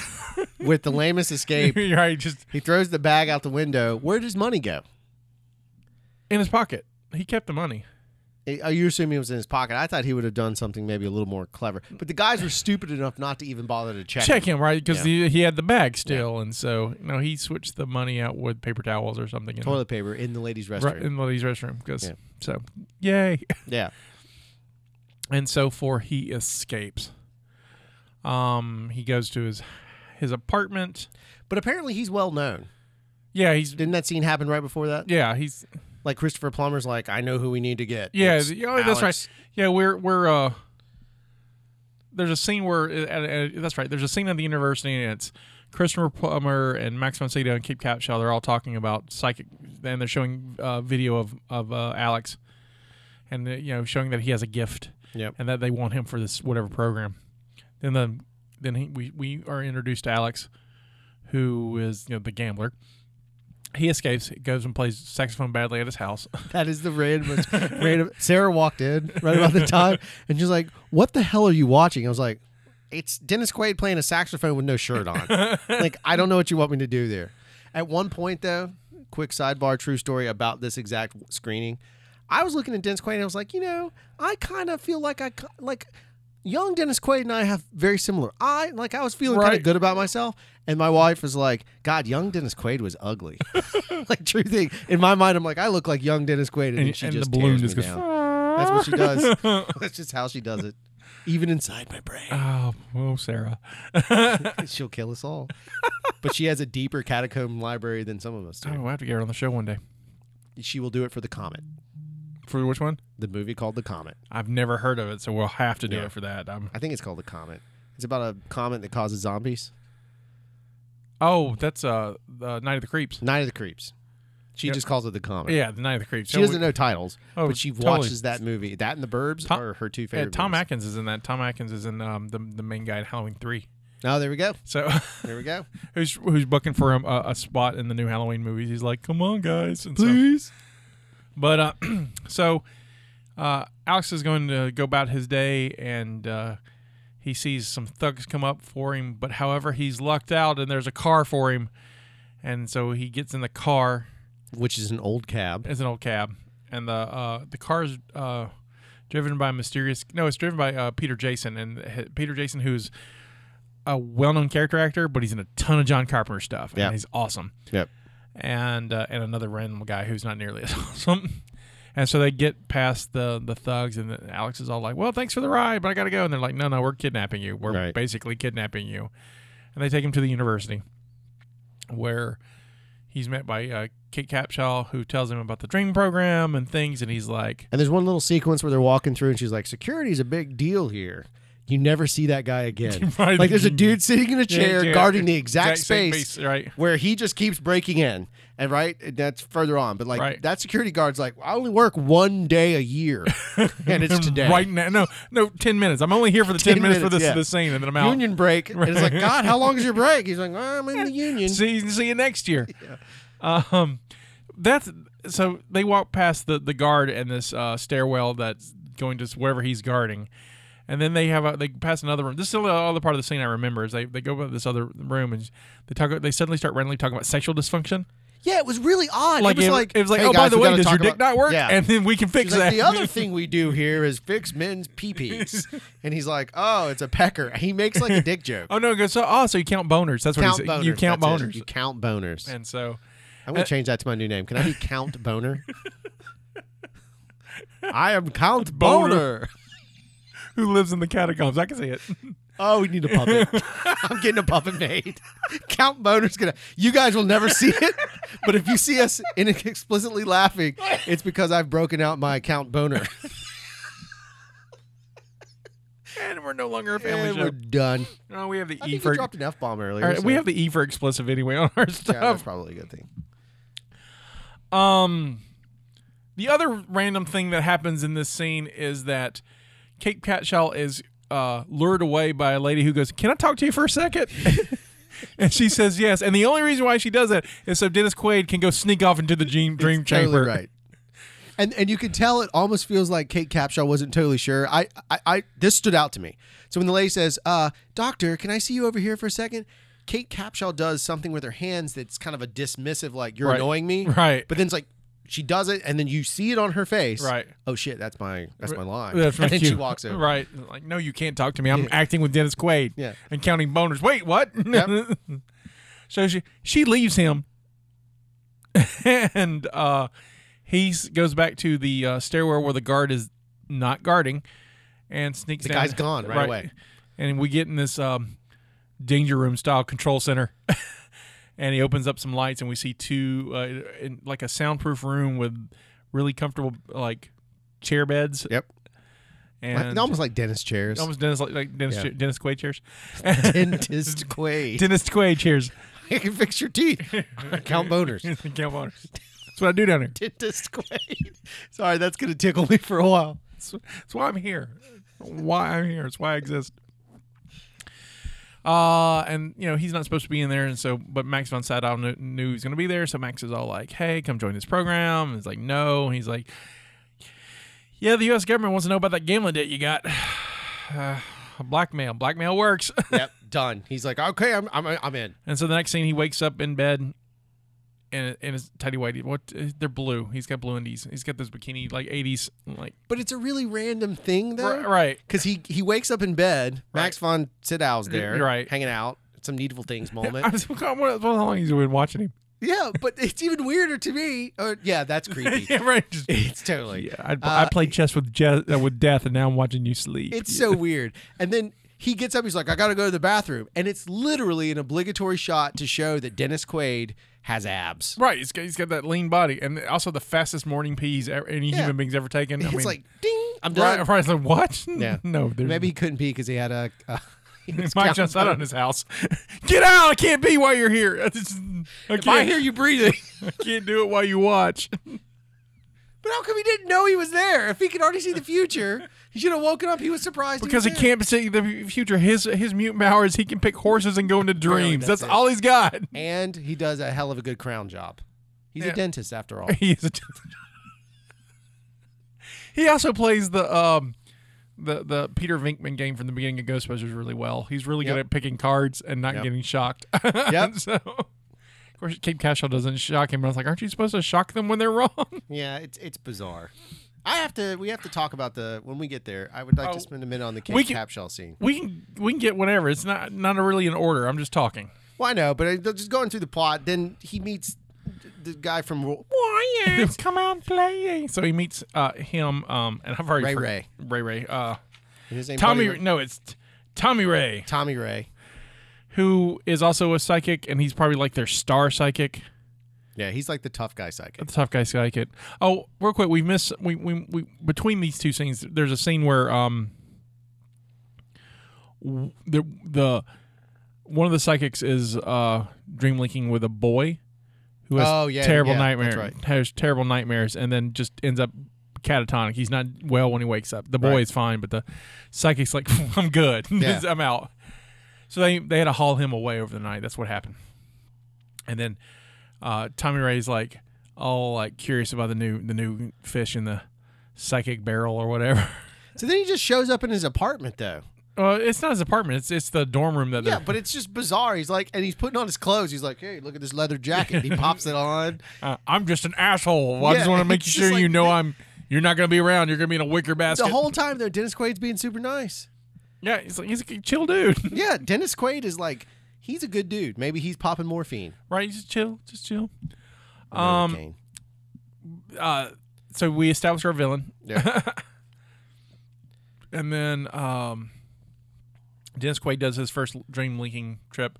With the lamest *laughs* escape, right, just he throws the bag out the window. Where does money go? in his pocket. He kept the money. It, oh, you're assuming it was in his pocket. I thought he would have done something maybe a little more clever. But the guys were stupid enough not to even bother to check. Check him, right? Because he, he had the bag still. And so, you know, he switched the money out with paper towels or something. in the- Toilet paper in the ladies' restroom. right in the ladies' restroom. 'cause- Yeah. So, yay. Yeah. and so forth. He escapes. Um, he goes to his his apartment. But apparently he's well known. Yeah, he's Didn't that scene happen right before that? yeah he's Like Christopher Plummer's like, I know who we need to get. yeah It's th- oh, that's Alex. right. Yeah, we're we're uh. There's a scene where uh, uh, uh, that's right. There's a scene at the university, and it's Christopher Plummer and Max von Sydow and Kate Capshaw. They're all talking about psychic, and they're showing uh, video of of uh, Alex, and uh, you know showing that he has a gift. Yep. and that they want him for this whatever program. Then the then he, we we are introduced to Alex, who is you know the gambler. He escapes, goes and plays saxophone badly at his house. *laughs* That is the randomest. random. Sarah walked in right about the time, and she's like, "What the hell are you watching?" I was like, "It's Dennis Quaid playing a saxophone with no shirt on." like, I don't know what you want me to do there. At one point, though, quick sidebar, true story about this exact screening. I was looking at Dennis Quaid, and I was like, you know, I kind of feel like I ki- like. Young Dennis Quaid and I have very similar. I like I was feeling kind Right. of good about myself, and my wife was like, "God, young Dennis Quaid was ugly." *laughs* like true thing. In my mind, I'm like, I look like young Dennis Quaid, and, then And- she and the just balloon tears just me goes, down. That's what *laughs* she does. That's just how she does it. Even inside my brain, *laughs* Oh, oh Sarah. she'll kill *laughs* us all. But she has a deeper catacomb library than some of us Oh, do. we'll have to get her on the show one day. She will do it for the Comet, For which one? the movie called The Comet. I've never heard of it, so we'll have to do Yeah. it for that. Um, I think it's called The Comet. It's about a comet that causes zombies. oh, that's uh, the Night of the Creeps. Night of the Creeps. She Yeah. just calls it The Comet. Yeah, the Night of the Creeps. She So doesn't we- know titles, Oh, but she totally. watches that movie. That and The Burbs Tom- are her two Yeah, favorite. Tom movies. Atkins is in that. Tom Atkins is in um, the the main guy in Halloween three. Oh, there we go. So *laughs* There we go. who's who's booking for him a, a spot in the new Halloween movies. He's like, "Come on, guys, and so- but uh, *clears throat* so uh, Alex is going to go about his day, and uh, he sees some thugs come up for him. But however, he's lucked out, and there's a car for him, and so he gets in the car. Which is an old cab. It's an old cab, and the uh, the car's uh, driven by mysterious. No, it's driven by uh, Peter Jason, and h- Peter Jason, who's a well-known character actor, but he's in a ton of John Carpenter stuff, Yeah. and he's awesome. Yep. And uh, and another random guy who's not nearly as *laughs* awesome. And so they get past the the thugs, and the, Alex is all like, "Well, thanks for the ride, but I gotta go." And they're like, "No, no, we're kidnapping you. We're Right. basically kidnapping you." And they take him to the university, where he's met by uh, Kate Capshaw, who tells him about the dream program and things, and he's like, And there's one little sequence where they're walking through, and she's like, "Security's a big deal here." You never see that *laughs* guy again. Right. like there's a dude sitting in a Yeah, chair yeah, guarding the exact, same space, piece, right? where he just keeps breaking in. And right, and that's further on. But like Right. that security guard's like, "I only work one day *laughs* a year, and it's today." "Hmm, Right now, no, no, ten minutes. I'm only here *laughs* for the ten, 10 minutes, for minutes, this yeah. this scene, and then I'm out. Union break. And it's like, God, how long is your break? He's like, "Oh, I'm *laughs* in the union. See, see you next *laughs* year. Um, that's so they walk past the the guard and this uh, stairwell that's going to s- wherever he's guarding, and then they have a, they pass another room. This is the other part of the scene I remember is they they go to this other room and they talk they suddenly start randomly talking about sexual dysfunction. Yeah, it was really odd. Like it was like, it was like "Hey, oh by guys, the we way gotta does your talk dick about-" not work? Yeah. And then we can fix She's that. like, the other thing we do here is fix men's peepees. and he's like, oh, it's a pecker. He makes like *laughs* a dick joke. *laughs* oh no, it goes so oh so you count boners. That's what count he boners. said. You count That's it. boners. uh, You count boners. And so I'm going to change that to my new name. *laughs* Can I be Count Boner? I am Count Boner. Boner. who lives in the catacombs? I can see it. *laughs* Oh, we need a puppet. I'm getting a puppet made. Count Boner's gonna. You guys will never see it, but if you see us in explicitly laughing, it's because I've broken out my Count Boner. and we're no longer a family and show. we're done. No, we have the I E think for you dropped an F bomb earlier. All right, so- we have the E for explicit anyway on our Yeah, that's stuff. probably a good thing. um, the other random thing that happens in this scene is that Kate Catshall is uh, lured away by a lady who goes, "Can I talk to you for a *laughs* second? and she says yes. And the only reason why she does that is so Dennis Quaid can go sneak off into the dream, dream Totally chamber. right. And and you can tell it almost feels like Kate Capshaw wasn't totally sure. I, I I this stood out to me. So when the lady says, "Uh, doctor, can I see you over here for a second? Kate Capshaw does something with her hands that's kind of a dismissive, like "You're Right. annoying *laughs* me," Right. But then it's like She does it, and then you see it on her face. Right. Oh shit, that's my that's my line. That's my *laughs* and then she *laughs* cue. walks over. Right. Like, no, you can't talk to me. I'm acting with Dennis Quaid. Yeah. And counting boners. Wait, what? *laughs* so she she leaves him, *laughs* and uh, he s- goes back to the uh, stairwell where the guard is not guarding, and sneaks. The down. guy's gone right away. And we get in this um, danger room style control center. *laughs* And he opens up some lights, and we see two, uh, in, like a soundproof room with really comfortable, like chair beds. Yep. Like- And almost like dentist chairs. Almost Dennis like, like Dennis Yeah. chair- Dennis Quaid chairs. *laughs* dentist *laughs* Quaid. Dennis Quaid *laughs* chairs. I can *laughs* fix your teeth. *laughs* Count boners. Count boners. That's what I do down *laughs* here. dentist Quaid. *laughs* Sorry, that's gonna tickle me for a while. That's, that's why I'm here. Why I'm here. It's why I exist. Uh, and you know he's not supposed to be in there, and so but Max von Sydow kn- knew he was going to be there, so Max is all like, "Hey, come join this program." And he's like, "No." And he's like, "Yeah, the U.S. government wants to know about that gambling debt you got." *sighs* Uh, blackmail, blackmail works. yep, done. He's like, okay, I'm I'm I'm in. And so the next scene, he wakes up in bed, and and it's tidy whitey. What they're blue. He's got blue undies. He's got those bikini like eighties like But it's a really random thing though. Ri- right. Because he he wakes up in bed. Max von Sydow's there, Right. hanging out. Some *laughs* needful things moment. I was I wonder how long he's been watching him. *laughs* yeah, but it's even weirder to me. Or yeah, that's creepy. yeah, right. Just- It's totally. yeah, I, I Uh, played chess with je- uh, with death, and now I'm watching you sleep. It's Yeah. so weird. And then he gets up. He's like, I gotta go to the bathroom, and it's literally an obligatory shot to show that Dennis Quaid has abs. right. He's got, he's got that lean body, and also the fastest morning pee he's ever, any Yeah. human being's ever taken. I it's mean, like ding. I'm done. right, right. It's like what? *laughs* Yeah. no, there's Maybe he couldn't pee because he had a. a *laughs* he *laughs* was Mike counting jumps out on his house. *laughs* Get out! I can't be while you're here. *laughs* I, just- I If *laughs* I can't- hear you breathing, I *laughs* can't do it while you watch. *laughs* but how come he didn't know he was there? If he could already see the future, he should have woken up. He was surprised Because he was there. can't see the future. His his mutant power is he can pick horses and go into dreams. that's that's it. all he's got. *laughs* And he does a hell of a good crown job. He's Yeah. a *laughs* dentist after all. He's a he also plays the um the the Peter Venkman game from the beginning of Ghostbusters really well. He's really good Yep. at picking cards and not Yep. getting shocked. *laughs* Yep. so of course Kate Cashel doesn't shock him. But I was like, aren't you supposed to shock them when they're *laughs* wrong? yeah, it's it's bizarre. I have to. We have to talk about the when we get there. I would like Oh, to spend a minute on the we Kate can- Capshaw scene. We can we can get whatever. It's not not really in order. I'm just talking. Well, I know, but I, just going through the plot. Then he meets the guy from Ro- Wyatt, come out and play. So he meets uh, him, um, and I've already Ray forgot- Ray Ray. Uh, his name Tommy. Buddy- No, it's t- Tommy Ray, Tommy Ray. who is also a psychic, and he's probably like their star psychic, Yeah, he's like the tough guy psychic. the tough guy psychic. Oh, real quick, we miss we we, we between these two scenes. There's a scene where um w- the the one of the psychics is uh dream linking with a boy who has Oh, yeah, terrible yeah, nightmares that's right. has terrible nightmares and then just ends up catatonic he's not well when he wakes up the boy Right. is fine but the psychic's like *laughs* i'm good Yeah. i'm out so they they had to haul him away over the night that's what happened and then uh tommy ray's like all like curious about the new the new fish in the psychic barrel or whatever *laughs* So then he just shows up in his apartment though. well it's not his apartment it's it's the dorm room that Yeah, they're but it's just bizarre. He's like, and he's putting on his clothes. He's like, hey, look at this leather jacket. *laughs* He pops it on. Uh, I'm just an asshole. Well, I Yeah, just *laughs* want to make it's sure just like you know the- I'm. You're not gonna be around. You're gonna be in a wicker basket. The whole time though, Dennis Quaid's being super nice. yeah, he's like he's a chill dude, *laughs* Yeah, Dennis Quaid is like, he's a good dude. Maybe he's popping morphine. right? He's just chill, just chill. Um, *laughs* Uh, so we establish our villain, yeah. and then um, Dennis Quaid does his first dream linking trip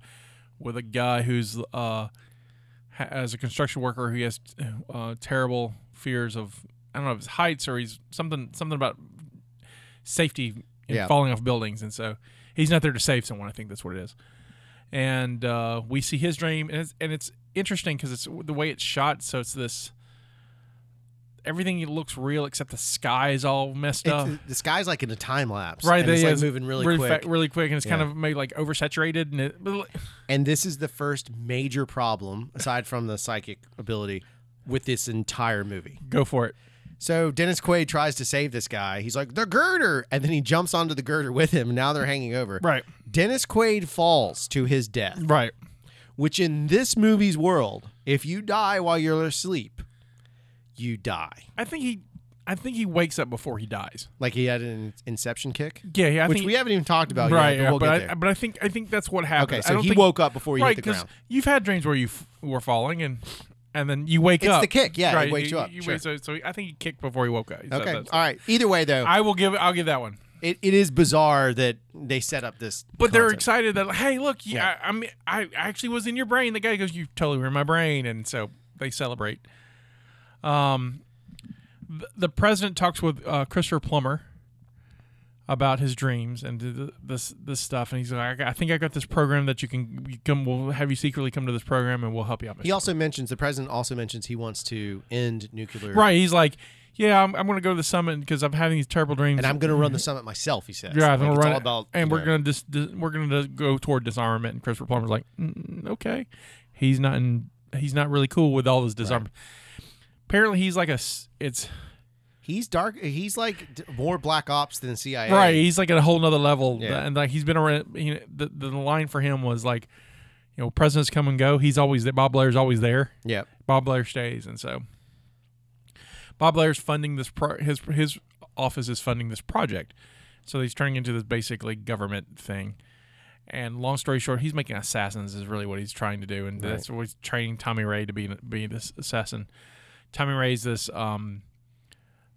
with a guy who's uh, ha- as a construction worker who has uh, terrible fears of I don't know if it's heights or he's something something about safety and Yeah. falling off buildings, and so he's not there to save someone. I think that's what it is. And uh, we see his dream, and it's, and it's interesting because it's the way it's shot. So it's this everything looks real except the sky is all messed up. It's- uh, the sky's like in a time lapse. Right, and they it's like is moving really, quick. fa- really quick, and it's kind Yeah. of made like oversaturated, and it, but, like, and this is the first major problem aside from the psychic ability with this entire movie. go for it. So Dennis Quaid tries to save this guy. He's like, the girder. And then he jumps onto the girder with him. Now they're hanging over. Right. Dennis Quaid falls to his death, Right, which in this movie's world, if you die while you're asleep, you die. I think he, I think he wakes up before he dies. Like he had an inception kick, Yeah, yeah. I which think, we haven't even talked about right, yet. Oh, But yeah, we'll but get I, there. but I think I think that's what happened. Okay, I so don't he think- woke up before he right, hit the 'cause ground. You've had dreams where you f- were falling and and then you wake It's up. the kick, yeah, it right, wakes you up, sure. wake- so, so I think he kicked before he woke up. So Okay, that's- all right. Either way, though, I will give. I'll give that one. it, it is bizarre that they set up this. But they're concept. excited that like, hey, look, yeah, I, I mean, I actually was in your brain. The guy goes, you totally were in my brain, and so they celebrate. Um, th- the president talks with uh, Christopher Plummer about his dreams and th- th- this this stuff, and he's like, I think I got this program that you can you come. We'll have you secretly come to this program, and we'll help you out. Mr. He also mentions the president also mentions he wants to end nuclear. Right. He's like, yeah, I'm, I'm going to go to the summit because I'm having these terrible dreams. And I'm going to run the summit myself. He says. Mm-hmm. yeah, Like, I'm gonna it's run all it, about. and you we're know, going to dis, dis, we're going to go toward disarmament. And Christopher Plummer's like, mm, okay, he's not in, he's not really cool with all this disarmament. Apparently, he's like a s- it's He's dark. He's like d- more Black Ops than CIA. right. He's like at a whole nother level, Yeah. and like he's been around. You know, the the line for him was like, you know, presidents come and go. He's always there. Bob Blair's always there. Yep. Bob Blair stays, and so Bob Blair's funding this. Pro- his his office is funding this project, so he's turning into this basically government thing. And long story short, he's making assassins is really what he's trying to do, and that's what he's training Tommy Ray to be be this assassin. Tommy Ray's this um,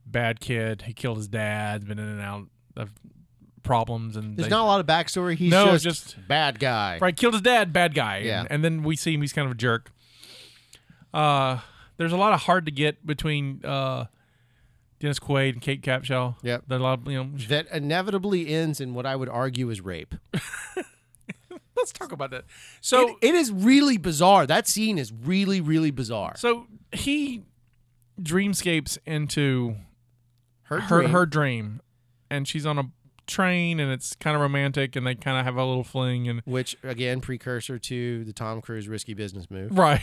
bad kid. He killed his dad. Been in and out of problems, and There's they- not a lot of backstory. He's No, just, just- bad guy. Right, killed his dad, bad guy. Yeah. And, and then we see him, he's kind of a jerk. Uh, there's a lot of hard to get between uh, Dennis Quaid and Kate Capshaw. Yep. There's a lot of, you know, *laughs* That inevitably ends in what I would argue is rape. let's talk about that. So, It- it is really bizarre. That scene is really, really bizarre. so he dreamscapes into Her, her dream- her dream, and she's on a train, and it's kind of romantic, and they kind of have a little fling, and *laughs* which again, precursor to the Tom Cruise risky business move. right,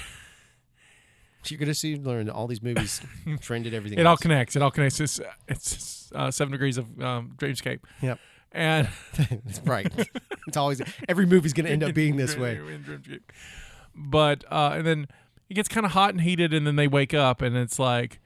You're gonna see, learn all *laughs* these movies trended everything. it all else. connects. It all connects. It's it's uh, seven degrees of um, dreamscape. Yep. And. *laughs* right. It's always every movie's *laughs* gonna end up being this way. But uh, and then it gets kind of hot and heated, and then they wake up, and it's like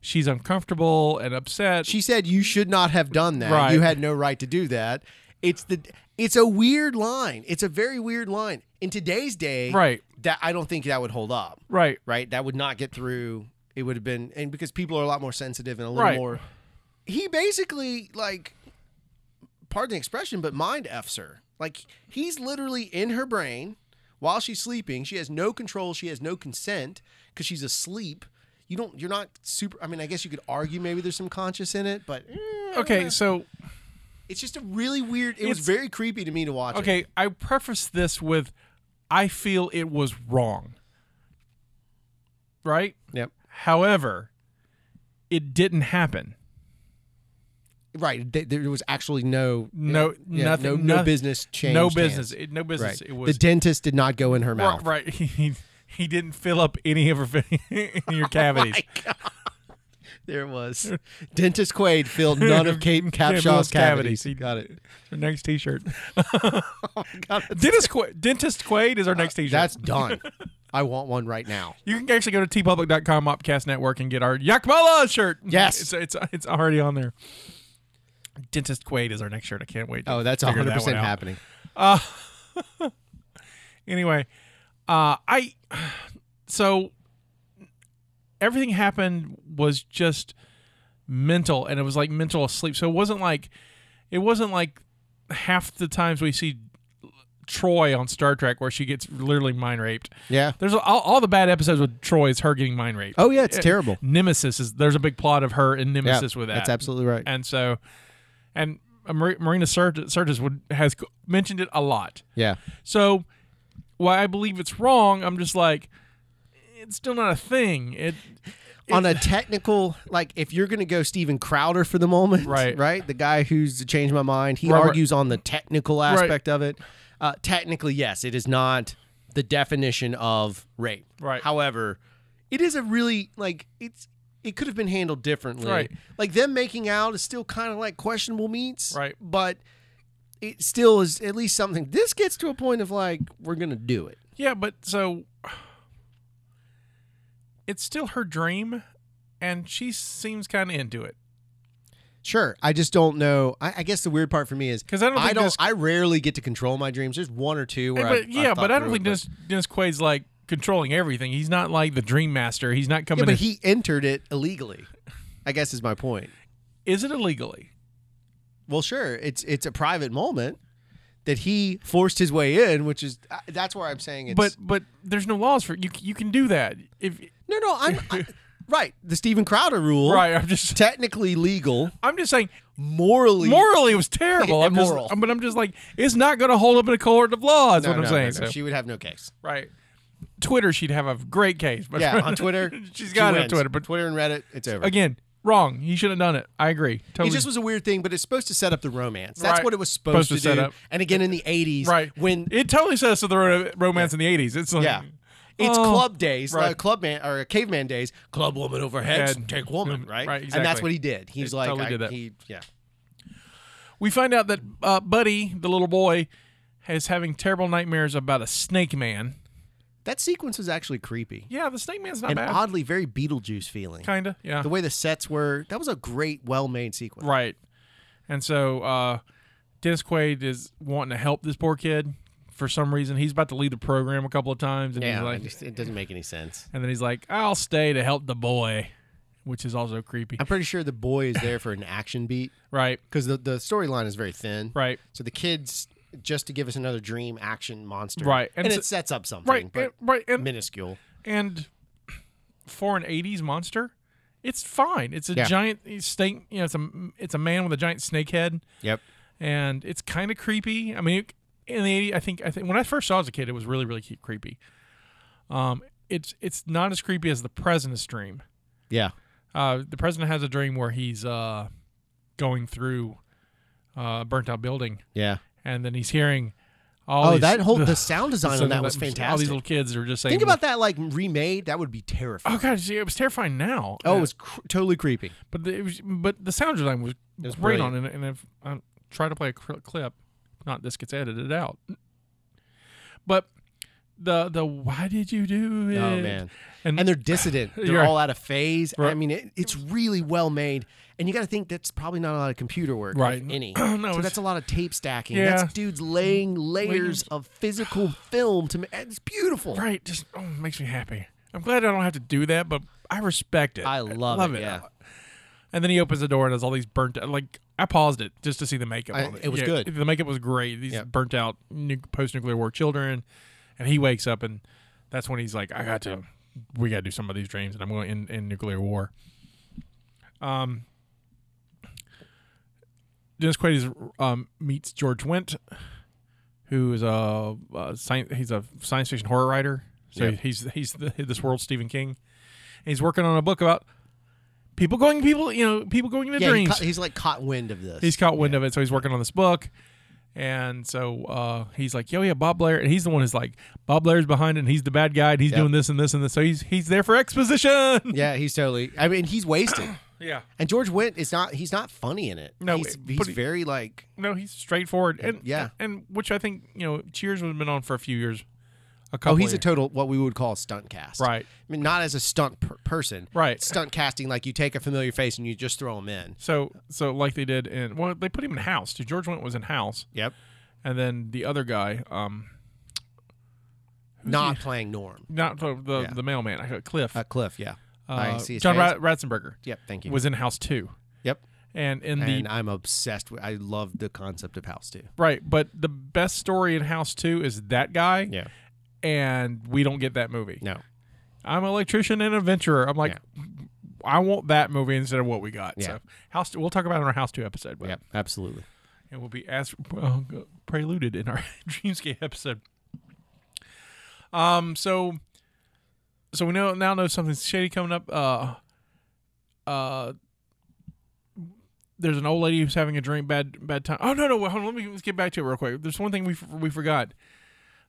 she's uncomfortable and upset. She said you should not have done that. Right. You had no right to do that. It's the it's a weird line. It's a very weird line. In today's day, Right. that I don't think that would hold up. right, Right? That would not get through. It would have been and because people are a lot more sensitive and a little Right. more He basically like pardon the expression, but mind F's her. Like he's literally in her brain while she's sleeping. She has no control, she has no consent because she's asleep. You don't you're not super I mean, I guess you could argue maybe there's some conscious in it, but okay. So it's just a really weird. It was It's- very creepy to me to watch. it. okay, I preface this with, I feel it was wrong. Right. Yep. However, it didn't happen. Right. th- There was actually no No, yeah, nothing. No, no noth- business change. No business. It, no business. It was the dentist did not go in her Right, mouth. right. *laughs* He, he didn't fill up any of her *laughs* *laughs* Oh in your cavities. There it was *laughs* dentist Quaid filled none of *laughs* Kate Capshaw's cavities. He got *laughs* it. Our next T-shirt. Dentist Quaid, Dentist Quaid is our next T-shirt. Uh, That's done. I want one right *laughs* now. you can actually go to tpublic.com Mopcast Network and get our Yakmala shirt. Yes. it's it's, it's already on there. Dentist Quaid is our next shirt. I can't wait. to Oh, that's figure that 100 percent one out. happening. Anyway, uh, I *sighs* so everything happened was just mental, and it was like mental asleep. So it wasn't like it wasn't like half the times we see Troy on Star Trek where she gets literally mind raped. Yeah. There's all, all the bad episodes with Troy is her getting mind raped. Eh, Oh yeah, it's terrible. Nemesis is there's a big plot of her in Yeah, Nemesis with that. That's absolutely right. And so, and uh, Mar- Marina Sirtis Sirtis would has mentioned it a lot. Yeah. So, while I believe it's wrong, I'm just like, it's still not a thing. It on a technical like if you're gonna go Steven Crowder for the moment, Right. Right, the guy who's changed my mind. He Right, right. argues on the technical aspect of it. Uh, technically, yes, it is not the definition of rape. Right. However, it is a really like it's it could have been handled differently. Right. Like them making out is still kind of like questionable meats. Right. But it still is at least something. This gets to a point of like we're gonna do it. yeah, but so it's still her dream, and she seems kind of into it. Sure. I just don't know. I, I guess the weird part for me is 'Cause I don't I think don't. this- I rarely get to control my dreams. There's one or two where, Hey, I- but I've yeah, but thought I don't through think it, but- Dennis, Dennis Quaid's like controlling everything. He's not like the Dream Master. He's not Yeah, coming. but in- he entered it illegally. I guess is my point. is it illegally? Well, sure. It's it's a private moment that he forced his way in, which is uh, that's where I'm saying it's. but but there's no laws for you. c- You can do that if no, no, I'm I, *laughs* right. The Steven Crowder rule, right. I'm just Technically legal, I'm just saying morally. morally it was *laughs* terrible. I'm Immoral. just, but I'm just like it's not going to hold up in a court of law. Is No, what I'm no, no, saying. So, no. She would have no case. right. Twitter, she'd have a great case. But Yeah, *laughs* on Twitter, she's she got it on wins. Twitter. But Twitter and Reddit, it's over. again, wrong. He should have done it. I agree. Totally. It just was a weird thing, but it's supposed to set up the romance. That's Right. what it was supposed, Supposed to, to do. set up. And again, in the '80s, right when it totally says to the ro- romance in the 80s. It's like Yeah. It's Oh. club days, Right. like club man or caveman days. Club woman over heads, Head. Mm, take woman, right? Right, And that's exactly. what he did. He's He like, totally I- did that. he, yeah, We find out that uh, Buddy, the little boy, is having terrible nightmares about a snake man. that sequence was actually creepy Yeah, the snake man's not and bad. oddly very Beetlejuice feeling. Kinda, yeah. The way the sets were, that was a great, well-made sequence. Right. And so uh, Dennis Quaid is wanting to help this poor kid for some reason. He's about to leave the program a couple of times, and Yeah, he's like, it, just- it doesn't make *laughs* any sense. and then he's like, "I'll stay to help the boy," which is also creepy. I'm pretty sure the boy is there for an action beat Right. because the the storyline is very thin. Right. So the kids just to give us another dream action monster. Right, and And, so- it sets up something, Right. but and- right. And, minuscule. and for an '80s monster, it's fine. It's a Yeah. giant snake. You know, it's a it's a man with a giant snake head. Yep. and it's kind of creepy. I mean, in the 80s, I think I think when I first saw it as a kid, it was really really cre- creepy. Um, it's it's not as creepy as the president's dream. Yeah. Uh, the president has a dream where he's uh going through uh burnt out building, Yeah. and then he's hearing all. Oh, these- that whole *laughs* the sound design sound on that of was All these fantastic. little kids are just saying. Think about that, like remade. That would be Oh terrifying. god, see, it was terrifying now. Oh, Uh, it was cr- totally creepy. but the, it was, but the sound design was, was great on it. And if I try to play a cl- clip, not this gets edited out. But the the why did you do it? Oh man, and, and *laughs* they're dissident. They're You're- all out of phase. Right. I mean, it, it's really well made. And you got to think that's probably not a lot of computer work, if Right. *clears throat* any. No, so it's- that's a lot of tape stacking. Yeah. That's dudes laying layers of *gasps* physical film to. ma- It's beautiful. right. Just oh, it makes me happy. I'm glad I don't have to do that, but I respect it. I love, love it. Yeah, And then he opens the door and has all these burnt out. Like I paused it just to see the makeup. I- on it was good. The makeup was great. These Yeah. burnt out nu- post nuclear war children, and he wakes up and that's when he's like, I got to, we got to do some of these dreams, and I'm going in in nuclear war. Um. Dennis Quaid is, um, meets George Wendt, who is a, a science, he's a science fiction horror writer. So he's he's the, this world's Stephen King. And he's working on a book about people going people you know people going into yeah. he dreams. ca- he's like caught wind of this. he's caught wind of it, so he's working on this book. And so uh, he's like, "Yo, yeah, Bob Blair," and he's the one who's like, "Bob Blair's behind it, and he's the bad guy, and he's Yep. doing this and this and this." So he's he's there for *laughs* exposition. yeah, he's totally. I mean, *clears throat* he's wasted. Yeah, And George Wendt is not. He's not funny in it. No, he's, it- he's but he- very like. no, he's straightforward, and Yeah. and which I think you know, Cheers would have been on for a few years. A Oh, couple. he's a years. total what we would call a stunt cast. Right. I mean, not as a stunt per- person. Right. Stunt casting, like you take a familiar face and you just throw him in. so so like they did in well, they put him in House. George Went was in House, Yep. and then the other guy, um, Not playing Norm. not the the, Yeah. the mailman, I got Cliff, Uh, Cliff. Yeah. I uh, see his John face. Ra- Ratzenberger. Yep. Thank you. was in House Two, yep. and in And the I'm obsessed with. I love the concept of House too. right, but the best story in House Two is that guy, and we don't get that movie. No. I'm an electrician and adventurer. I'm like, I want that movie instead of what we got. Yeah. So House, Two, we'll talk about it in our House Two episode. But Yep. Absolutely. it will be as uh, preluded in our *laughs* Dreamscape episode. Um, so, so we know now know something shady coming up. Uh, uh, there's an old lady who's having a drink bad bad time. Oh no no wait, hold on, let me let's get back to it real quick. There's one thing we f- we forgot.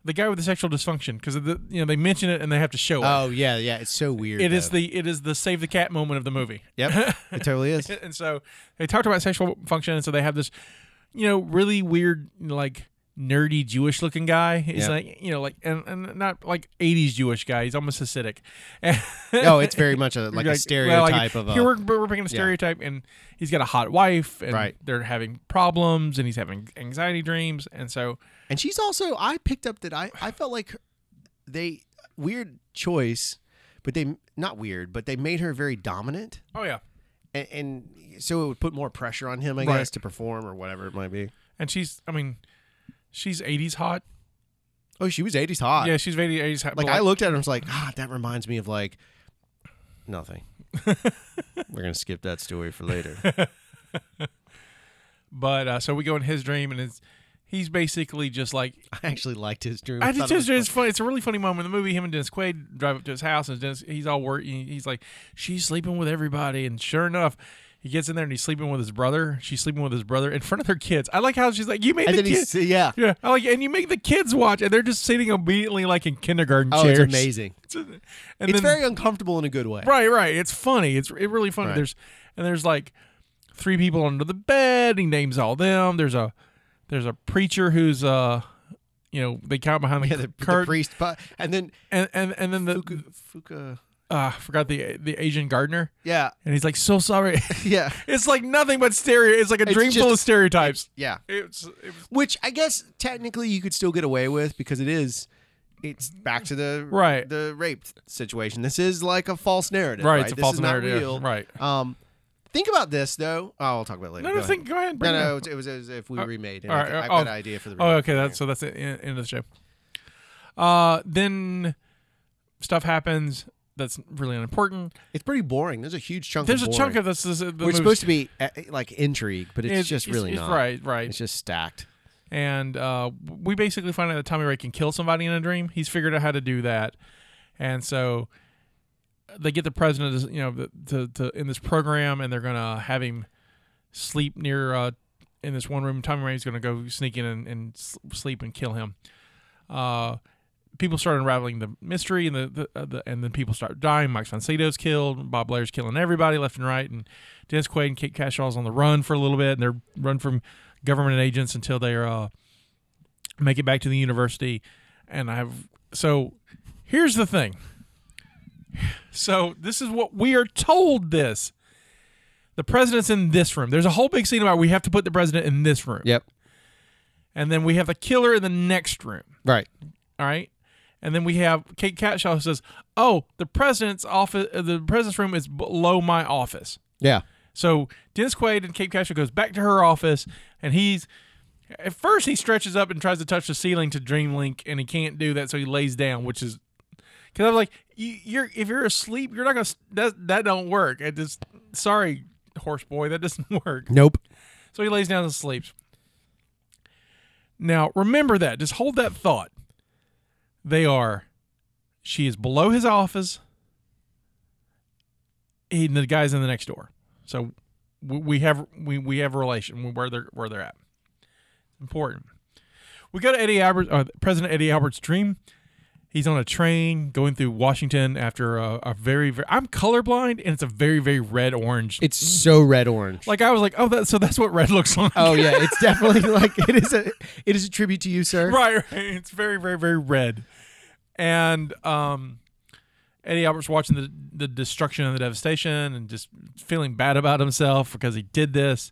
The guy with the sexual dysfunction because the you know they mention it and they have to show it. Oh yeah, yeah. It's so weird. It is though. the it is the save the cat moment of the movie. Yep. It *laughs* totally is. and so they talked about sexual function and so they have this you know really weird like nerdy Jewish looking guy. He's Yeah. like you know like and, and not like eighties Jewish guy. He's almost Hasidic. *laughs* Oh, it's very much a, like You're a stereotype of a. here we're, we're picking a stereotype and he's got a hot wife and Right. they're having problems and he's having anxiety dreams and so And she's also I picked up that I I felt like her- they weird choice, but they not weird, but they made her very dominant, oh yeah and, and so it would put more pressure on him, I Right. guess, to perform or whatever it might be. and she's I mean she's eighties hot Oh, she was eighties hot. yeah she's very eighties hot like but, I looked at her and was like, ah, that reminds me of like *laughs* nothing. we're gonna skip that story for later. but uh, so we go in his dream and it's he's basically just like I actually liked his dream. I thought just it's, it was it's funny. It's a really funny moment in the movie. Him and Dennis Quaid drive up to his house, and Dennis, he's all worried. He's like, "She's sleeping with everybody," and sure enough, he gets in there and he's sleeping with his brother. She's sleeping with his brother in front of their kids. I like how she's like, "You made And the then he's- kids, yeah. yeah." I like, and you make the kids watch, and they're just sitting obediently like in kindergarten Oh, chairs. it's amazing. and it's then, very uncomfortable in a good way. right, right. It's funny. It's it really funny. Right. There's and there's like three people under the bed. He names all them. There's a there's a preacher who's uh. You know, they count behind the, Yeah, the, the curtain priest, but and then and and and then the Fuka, Fuka. uh, I forgot the the Asian gardener, Yeah, and he's like, "So sorry." *laughs* yeah, it's like nothing but stereo. It's like a dream full just- of stereotypes. yeah. It's, it was, Which I guess technically you could still get away with because it is. It's back to the Right. the rape situation. This is like a false narrative. Right, Right, it's a This false is not narrative, real. right. Um, think about this though. Oh, I'll talk about it later. no, Go no, ahead. think. Go ahead. No, Bring no, It it was, it was if we up. remade. it. All I right, got- I've oh, got an idea for the. Oh, remake. okay. That's so. That's the en- end of the show. Uh, then stuff happens that's really unimportant. It's pretty boring. There's a huge chunk. There's of a boring. chunk of this. this, this We're supposed to be uh, like intrigue, but it's, just really not. Right, right. It's just stacked. and uh, we basically find out that Tommy Ray can kill somebody in a dream. He's figured out how to do that, and so uh, they get the president, you know, the, to, to in this program, and they're gonna have him sleep near uh, in this one room. Tommy Ray's gonna go sneak in and, and s- sleep and kill him. Uh, people start unraveling the mystery, and the, the, uh, the and then people start dying. Mike Fonseto's killed. Bob Blair's killing everybody left and right, and Dennis Quaid and Kate Cashaw's on the run for a little bit, and they're run from government agents until they're uh, make it back to the university. And I have so here's the thing. So this is what we are told. This the president's in this room. There's a whole big scene about we have to put the president in this room, Yep. and then we have the killer in the next room. Right. All right. And then we have Kate Catshaw who says, "Oh, the president's office, uh, the president's room is below my office." Yeah. So Dennis Quaid and Kate Catshaw goes back to her office, and he's at first he stretches up and tries to touch the ceiling to Dreamlink, and he can't do that, so he lays down, which is because I'm like, you, you're if you're asleep, you're not gonna s- that that don't work. It just sorry, horse boy, that doesn't *laughs* work. Nope. So he lays down and sleeps. Now, remember that. Just hold that thought. They are, she is below his office, he, and the guy's in the next door. So we, we have we, we have a relation where they're where they're at. Important. We go to Eddie Albert, uh, President Eddie Albert's dream. He's on a train going through Washington after a, a very, very. I'm colorblind, and it's a very, very red orange It's so red orange. like I was like, oh, that so that's what red *laughs* looks like. Oh yeah, it's definitely like it is a it is a tribute to you, sir. right, right. It's very, very, very red. And um, Eddie Albert's watching the the destruction and the devastation, and just feeling bad about himself because he did this.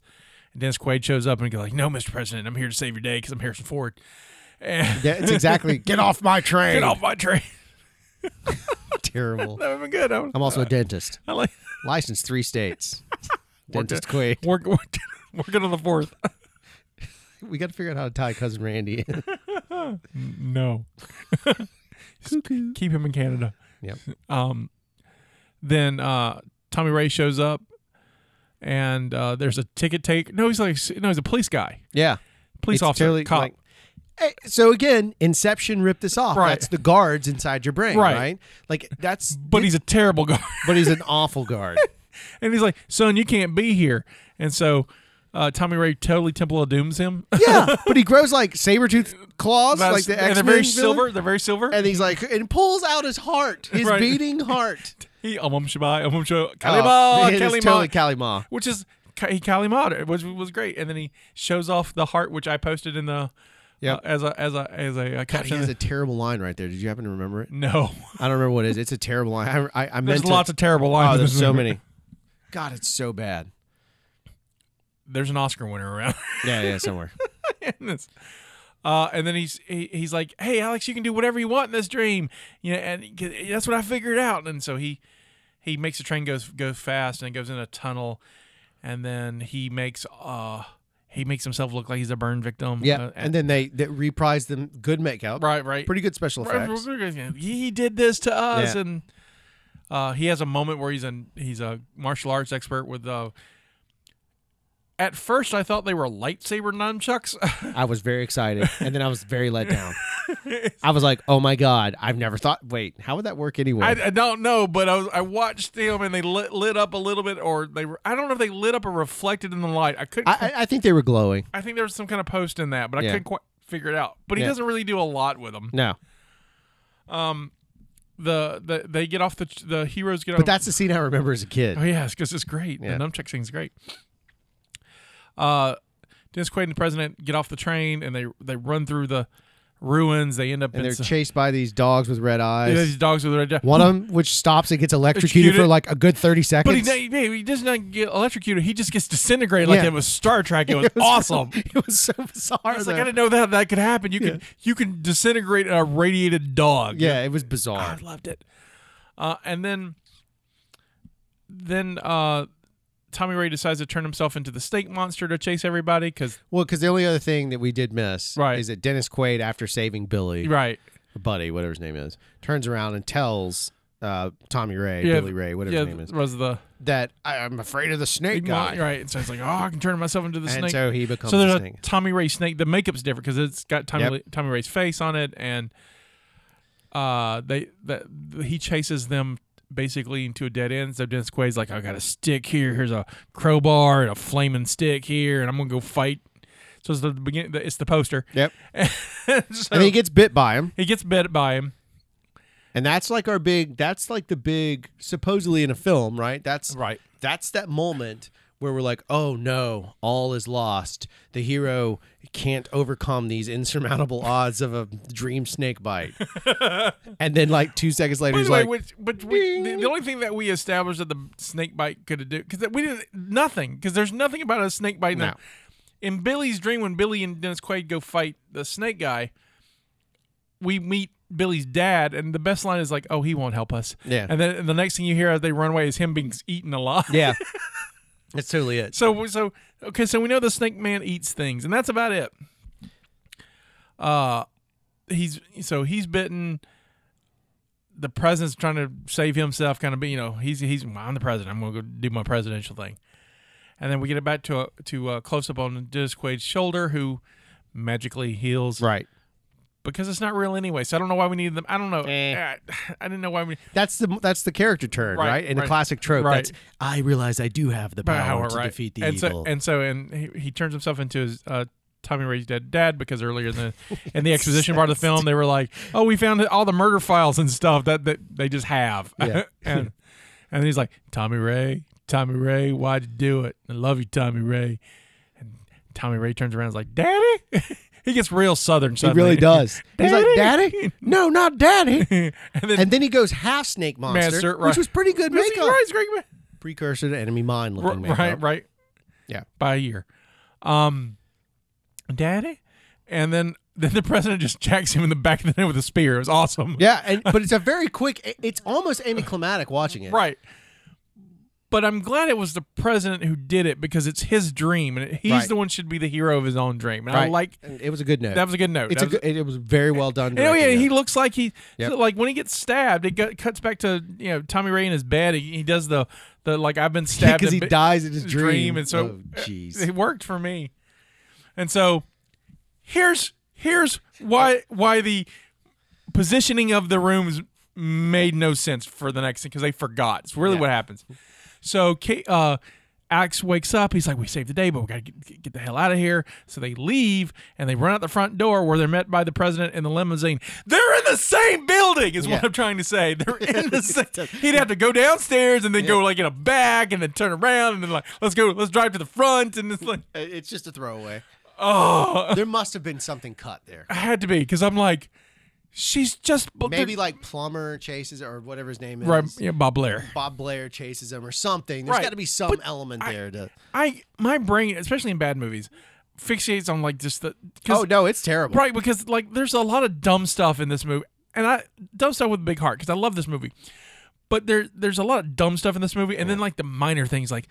And Dennis Quaid shows up and goes like, "No, Mr. President, I'm here to save your day because I'm Harrison Ford." And Yeah, *laughs* it's exactly. Get off my train. get off my train. *laughs* Terrible. that would have been good. I would- I'm also a dentist, I like *laughs* licensed three states. dentist Working- Quaid. work, work, working on the fourth. We got to figure out how to tie cousin Randy. *laughs* in. *laughs* No. Keep him in Canada. Yep. *laughs* Um, then uh, Tommy Ray shows up, and uh, there's a ticket take. No, he's like no, he's a police guy, yeah, police It's officer, totally, cop. like- Eh, so again, Inception ripped this off. Right. That's the guards inside your brain, Right. right? Like that's but he's a terrible guy, *laughs* but he's an awful guard. and he's like, "Son, you can't be here." And so, uh, Tommy Ray totally Temple of Dooms him. *laughs* yeah, but he grows like saber tooth claws, That's- like the X and they're very silver. They're very silver. And he's like, and pulls out his heart, his Right. beating *laughs* heart. he Amum Shabai, Amum Shabai, Oh, *laughs* Kalima, it is Kalima. totally Kalima. which is he Kali Mod, which was great. And then he shows off the heart, which I posted in the Yep. Uh, as a as a as a, uh God, he caption. has a terrible line right there. Did you happen to remember it? no, *laughs* I don't remember what it is. It's a terrible line. I, I, I there's meant lots to, of terrible lines. Oh, in there's this so movie. many. God, it's so bad. *laughs* There's an Oscar winner around. *laughs* Yeah, yeah, somewhere. in this. Uh, and then he's he, he's like, "Hey, Alex, you can do whatever you want in this dream." You know, and 'cause that's what I figured out. And so he he makes the train goes go fast and it goes in a tunnel, and then he makes uh he makes himself look like he's a burn victim. yeah, Uh, and then they they reprised them. Good makeup. right, right, Pretty good special Right, effects. He did this to us, Yeah. and uh, he has a moment where he's an he's a martial arts expert with. Uh, at first, I thought they were lightsaber nunchucks. *laughs* I was very excited, and then I was very let down. I was like, "Oh my god, I've never thought." Wait, how would that work anyway? I, I don't know, but I, was, I watched them and they lit, lit up a little bit, or they were, I don't know if they lit up or reflected in the light. I couldn't. I, I, I, I think they were glowing. think there was some kind of post in that, but I Yeah. couldn't quite figure it out. But he Yeah. doesn't really do a lot with them. No, Um, the, the they get off the the heroes get off. but that's the scene I remember as a kid. Oh yeah, because it's great. Yeah. The nunchuck scene's great. Uh, Dennis Quaid and the president get off the train and they they run through the ruins. They end up And in they're some- chased by these dogs with red eyes. these dogs with red. One of them, which stops and gets electrocuted Executed. for like a good thirty seconds. But he, he, he does not get electrocuted. He just gets disintegrated like Yeah. it was Star Trek. *laughs* It was, awesome. *laughs* it was so bizarre. I was like, I though. didn't know that that could happen. You can you can disintegrate a radiated dog. yeah, it was bizarre. I loved it. Uh, and then then uh, Tommy Ray decides to turn himself into the snake monster to chase everybody because Well, because the only other thing that we did miss Right. is that Dennis Quaid, after saving Billy, right Buddy, whatever his name is, turns around and tells uh, Tommy Ray, Yeah, Billy Ray, whatever yeah his name is, was the that I, I'm afraid of the snake *laughs* guy. right. So it's like oh I can turn myself into the And snake. so he becomes So a there's a snake. Tommy Ray snake. The makeup's different because it's got Tommy Yep. Lee- Tommy Ray's face on it, and uh, they that he chases them basically into a dead end. So Dennis Quaid's like, I got a stick here. Here's a crowbar and a flaming stick here, and I'm gonna go fight. So it's the beginning. It's the poster. Yep. So And then he gets bit by him. he gets bit by him. And that's like our big, that's like the big, supposedly in a film, right? That's Right. That's that moment where we're like, oh no, all is lost. The hero can't overcome these insurmountable *laughs* odds of a dream snake *laughs* bite. and then like two seconds later, By he's the way, like, which, but we, the, the only thing that we established that the snake bite could have do because we didn't nothing because there's nothing about a snake bite. in No. that- In Billy's dream, when Billy and Dennis Quaid go fight the snake guy, we meet Billy's dad, and the best line is like, "Oh, he won't help us." Yeah. And then and the next thing you hear as they run away is him being eaten alive. yeah, that's totally it. So so okay, so we know the snake man eats things, and that's about it. Uh he's so he's bitten. The president's trying to save himself, kind of be you know he's he's well, I'm the president. I'm gonna go do my presidential thing, and then we get it back to a to a close up on Dennis Quaid's shoulder, who magically heals Right. because it's not real anyway. So I don't know why we needed them. I don't know. I, I didn't know why we. That's the that's the character turn, Right, right? And right, the classic trope. right. That's I realize I do have the power, power, to right? defeat the and evil. So, and so, and he, he turns himself into his uh, Tommy Ray's dead dad because earlier in the in the exposition part of the *laughs* film, they were like, "Oh, we found all the murder files and stuff that, that they just have," Yeah. *laughs* and and he's like, "Tommy Ray, Tommy Ray, why'd you do it? I love you, Tommy Ray." And Tommy Ray turns around and is like, "Daddy." *laughs* He gets real southern. he Suddenly. really does. He's like, *laughs* Daddy? Daddy? No, not Daddy. *laughs* and then and then he goes half snake monster, Master, right. which was pretty good Missy makeup. Rice, great man. Precursor to enemy mine R- looking makeup. right right Yeah. by a year um daddy and then then the president just jacks him in the back of the head with a spear it was awesome Yeah, and but it's a very quick. It's almost anticlimactic watching it. right but i'm glad it was the president who did it because it's his dream and he's Right. the one should be the hero of his own dream and i Right. like And it was a good note. that was a good note It's That a was- good, it, it was very well done. And, oh yeah, directing he it. looks like he Yep. like when he gets stabbed. It got, cuts back to you know Tommy Ray in his bed. He, he does the the like I've been *laughs* yeah, stabbed because he and bit- dies in his his dream. dream, and so Oh, jeez, *laughs* it worked for me. And so here's here's why why the positioning of the rooms made no sense for the next thing because they forgot. It's really what happens. So Ka- uh, Alex wakes up. He's like, "We saved the day, but we gotta get, get the hell out of here." So they leave and they run out the front door where they're met by the president in the limousine. They're in the same building, is what Yeah. I'm trying to say. They're in *laughs* the same. He'd have to go downstairs and then go like in a bag and then turn around and then like, "Let's go, let's drive to the front." And it's like, it's Uh, just a throwaway. Oh, There must have been something cut there. I had to be because I'm like, she's just but Maybe like Plumber chases or whatever his name is. right, yeah, Bob Blair. Bob Blair chases him or something. There's Right. got to be some But element I- there to. I my brain, especially in bad movies, fixates on like just the 'cause- Oh no, it's terrible. right because like there's a lot of dumb stuff in this movie, and I dumb stuff with a big heart because I love this movie, but there there's a lot of dumb stuff in this movie, and then like the minor things like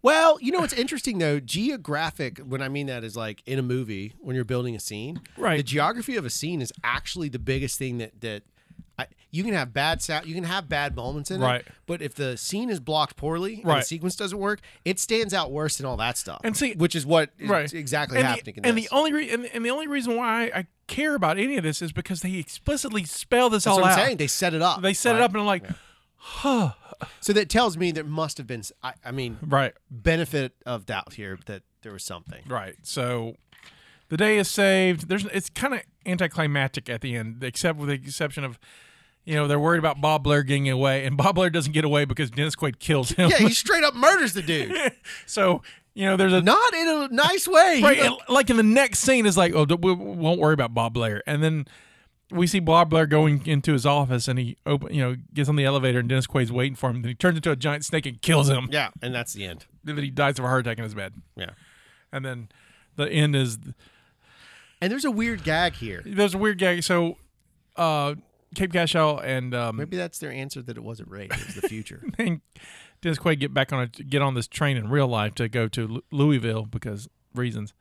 Well, you know what's interesting though, geographic. When I mean that is like in a movie when you're building a scene, Right. The geography of a scene is actually the biggest thing that that I, you can have bad sound, you can have bad moments in Right. it, but if the scene is blocked poorly, and Right. the sequence doesn't work, it stands out worse than all that stuff. And see- which is what is right exactly and happening. The, in and this. the only re- and, and the only reason why I care about any of this is because they explicitly spell this that's all what I'm out. saying. They set it up. they set it right? up, and I'm like, so that tells me there must have been. s- I, I mean, right, benefit of doubt here that there was something. right. So the day is saved. There's it's kind of anticlimactic at the end, except with the exception of. You know they're worried about Bob Blair getting away, and Bob Blair doesn't get away because Dennis Quaid kills him. Yeah, he straight up murders *laughs* the dude. so you know there's a Not in a nice way. He right, looked- and, like in the next scene is like, oh, d- we we won't worry about Bob Blair, and then we see Bob Blair going into his office, and he open, you know, gets on the elevator, and Dennis Quaid's waiting for him. Then he turns into a giant snake and kills him. Yeah, and that's the end. Then he dies of a heart attack in his bed, Yeah. and then the end is And there's a weird gag here. there's a weird gag. So, uh, Cape Cashel and um, Maybe that's their answer that it wasn't rape. It was the future. *laughs* *laughs* and Dennis Quaid get back on a get on this train in real life to go to Lu- Louisville because reasons,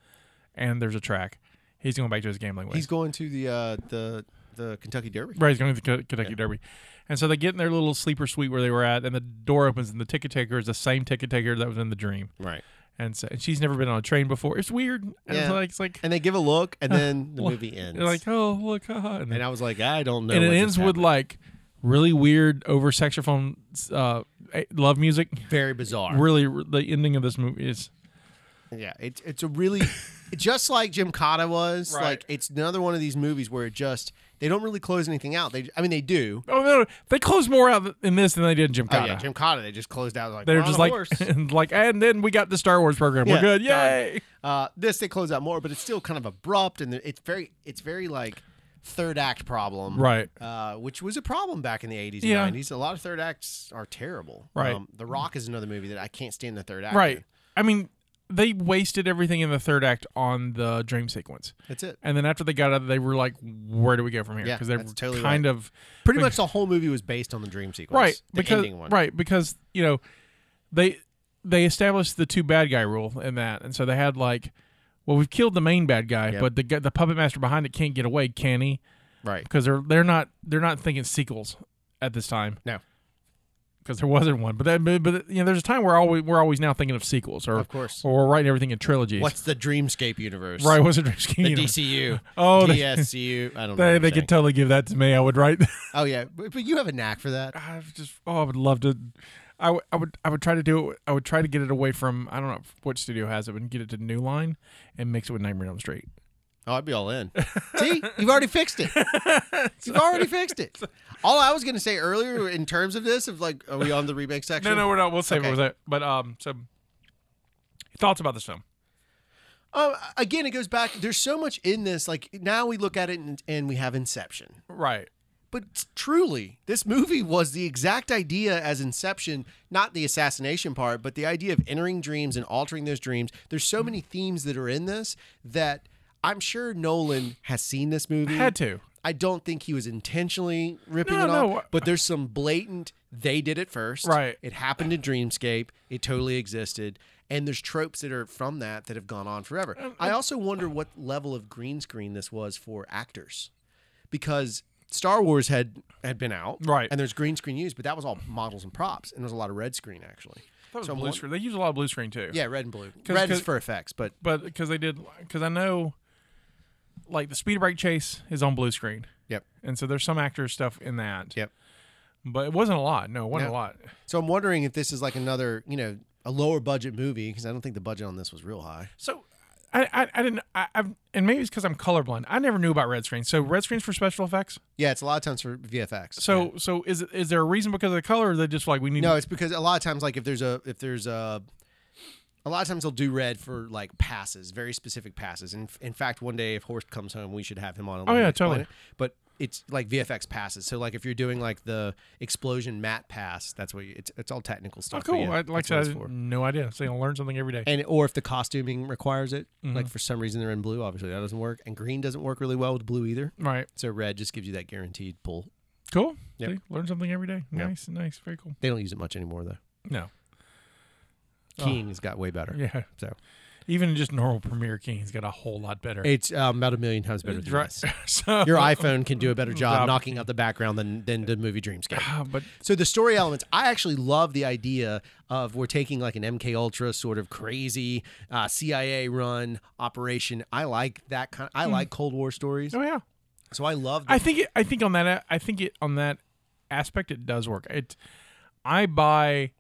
and there's a track. He's going back to his gambling ways. He's going to the uh, the the Kentucky Derby. Right, he's going to the Ken- Kentucky Derby. And so they get in their little sleeper suite where they were at, and the door opens, and the ticket taker is the same ticket taker that was in the dream. Right. And, so, and she's never been on a train before. It's weird. And it's Yeah. like, it's like And they give a look, *laughs* and then the Well, movie ends. they're like, oh, look, haha. And, and I was like, I don't know. and it what just ends with happened. like really weird over saxophone uh, eh, love music. very bizarre. Really, r- the ending of this movie is Yeah, it's it's a really *laughs* just like Jim Cotta was. Right. Like it's another one of these movies where it just they don't really close anything out. They I mean they do. oh no, no, they closed more out in this than they did in Jim Oh Cotta. yeah, Jim Cotta. They just closed out like they were "We're on just a like, *laughs* horse." and like, and then we got the Star Wars program. Yeah, we're good, done. yay! Uh, this they close out more, but it's still kind of abrupt, and it's very, it's very like third act problem, Right. Uh, which was a problem back in the eighties Yeah. and nineties. A lot of third acts are terrible. Um, Right. the Rock is another movie that I can't stand the third act. Right. in. I mean, they wasted everything in the third act on the dream sequence. That's it. And then after they got out, they were like, "Where do we go from here?" Yeah, they that's were totally kind right. of Pretty bec- much the whole movie was based on the dream sequence, right The because ending one, right because you know they they established the two bad guy rule in that, and so they had like, well, we've killed the main bad guy, Yep. but the gu- the puppet master behind it can't get away, can he? right. Because they're they're not they're not thinking sequels at this time. No. Because there wasn't one, but that, but, but you know, there's a time where always we're always now thinking of sequels, or Of course. or we're writing everything in trilogies. What's the dreamscape universe? Right, what's a dream scheme? *laughs* The DCU. Oh, they- DSCU. I don't know. *laughs* what They, I'm they saying. could totally give that to me. I would write. *laughs* oh yeah, but, but you have a knack for that. I would just oh, I would love to. I would I would I would try to do it. I would try to get it away from I don't know what studio has it, but get it to New Line and mix it with Nightmare on the Street. Oh, I'd be *laughs* all in. See, you've already fixed it. You've already fixed it. All I was going to say earlier in terms of this, of like, are we on the remake section? No, no, we're not. We'll save it. Okay. We'll save it. But um, so thoughts about this film? Uh, again, it goes back. There's so much in this. Like now we look at it and, and we have Inception. Right. But truly, this movie was the exact idea as Inception, not the assassination part, but the idea of entering dreams and altering those dreams. There's so many themes that are in this that I'm sure Nolan has seen this movie. Had to. I don't think he was intentionally ripping No, it off, no. but there's some blatant they did it first. Right. It happened in Dreamscape. It totally existed. And there's tropes that are from that that have gone on forever. Um, I also wonder what level of green screen this was for actors. Because Star Wars had had been out. Right. And there's green screen used, but that was all models and props. And there was a lot of red screen actually. That was So I'm blue won- screen. They use a lot of blue screen too. Yeah, red and blue. Red is 'cause- for effects, but But because they did, because I know, like the speed break chase is on blue screen, yep. and so there's some actor stuff in that. Yep. But it wasn't a lot. No, it wasn't a No. lot. So I'm wondering if this is like another, you know, a lower budget movie, because I don't think the budget on this was real high. So I I, I didn't I, I've and maybe it's because I'm colorblind. I never knew about red screens. So red screens for special effects. Yeah, it's a lot of times for VFX. So so is it- is there a reason because of the color? Or they just like we need no, it's because a lot of times, like if there's a if there's a a lot of times they'll do red for like passes, very specific passes. And in fact, one day if Horst comes home, we should have him on. and Oh, let yeah, him explain totally. it. But it's like VFX passes. So like if you're doing like the explosion mat pass, that's what you, it's it's all technical Oh, stuff. but cool. yeah, I, like that's I what it's said, I for. no idea. So you'll learn something every day. And or if the costuming requires it, Mm-hmm. like for some reason they're in blue, obviously that doesn't work, and green doesn't work really well with blue either. right. So red just gives you that guaranteed pull. Cool. Yep. See, learn something every day. Yeah. Nice, nice. Very cool. They don't use it much anymore though. No. Oh. King's got way better. Yeah. So Even just normal Premiere King's got a whole lot better. it's um, about a million times better than Right. us. *laughs* so, Your iPhone can do a better job Job. knocking out the background than than the movie Dreamscape. Ah, but So the story elements, I actually love the idea of we're taking like an MK Ultra sort of crazy uh, CIA run operation. I like that kind. I like Cold War stories, oh yeah, so I love. Hmm. The, I think it, I think on that I think it on that aspect it does work. It I buy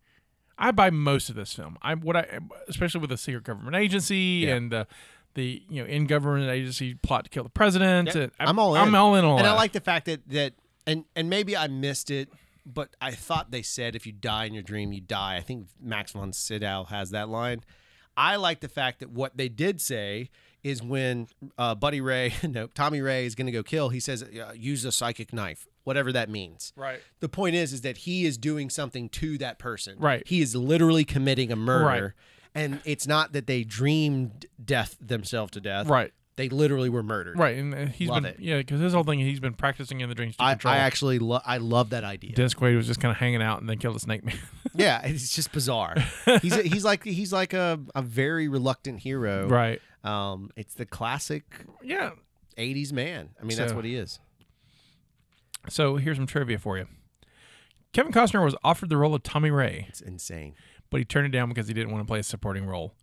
I buy most of this film. I what I especially with the secret government agency Yeah. and the the you know in government agency plot to kill the president. Yeah, and I'm all in. I'm all in on all and I that. like the fact that that and and maybe I missed it, but I thought they said if you die in your dream, you die. I think Max von Sydow has that line. I like the fact that what they did say is when uh, Buddy Ray, *laughs* no, Tommy Ray is going to go kill. He says, uh, "Use a psychic knife," whatever that means. Right. The point is, is that he is doing something to that person. Right. He is literally committing a murder, Right. and it's not that they dreamed death themselves to death. Right. They literally were murdered. Right, and uh, he's Love been it. yeah, because his whole thing he's been practicing in the dreams to I, control. I actually lo- I love that idea. Dennis Quaid was just kind of hanging out and then killed a snake man. *laughs* yeah, it's just *laughs* bizarre. He's a, he's like he's like a, a very reluctant hero. right. Um, it's the classic Yeah. '80s man. I mean, that's So- what he is. So here's some trivia for you. Kevin Costner was offered the role of Tommy Ray, It's insane. but he turned it down because he didn't want to play a supporting role.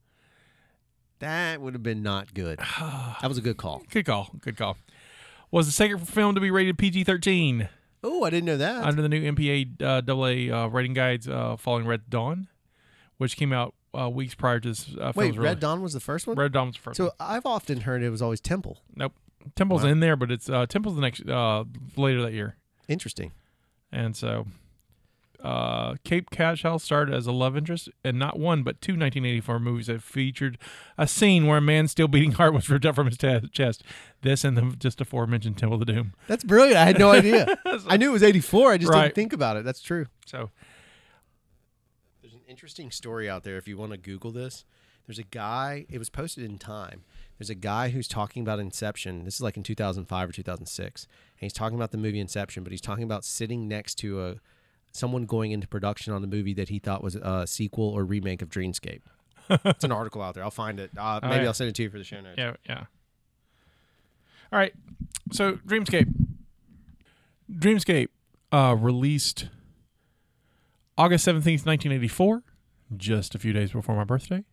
That would have been not *sighs* good. that was a good call. Good call. Good call. Was the second film to be rated PG 13 Oh, I didn't know that. under the new MPA uh, AA uh, rating guides uh, following Red Dawn, which came out uh, weeks prior to this uh, film's Wait, release. Red Dawn was the first one. Red Dawn was the first. so one. I've often heard it was always Temple. Nope. Temple's in there, but it's uh, Temple's the next uh, later that year. Interesting. And so uh, Cape Cash House started as a love interest in not one, but two 1984 movies that featured a scene where a man's still beating heart was ripped out from his ta- chest. This and the just aforementioned Temple of the Doom. That's brilliant. I had *laughs* no idea. I knew it was '84. I just Right. didn't think about it. That's true. So, There's an interesting story out there if you want to Google this. There's a guy, it was posted in Time. There's a guy who's talking about Inception. This is like in 2005 or 2006. And he's talking about the movie Inception, but he's talking about sitting next to a someone going into production on a movie that he thought was a sequel or remake *laughs* of Dreamscape. it's an article out there. I'll find it. Uh, maybe yeah. I'll send it to you for the show notes. yeah, yeah. All right. So, Dreamscape. Dreamscape uh, released August 17th, 1984, just a few days before my birthday.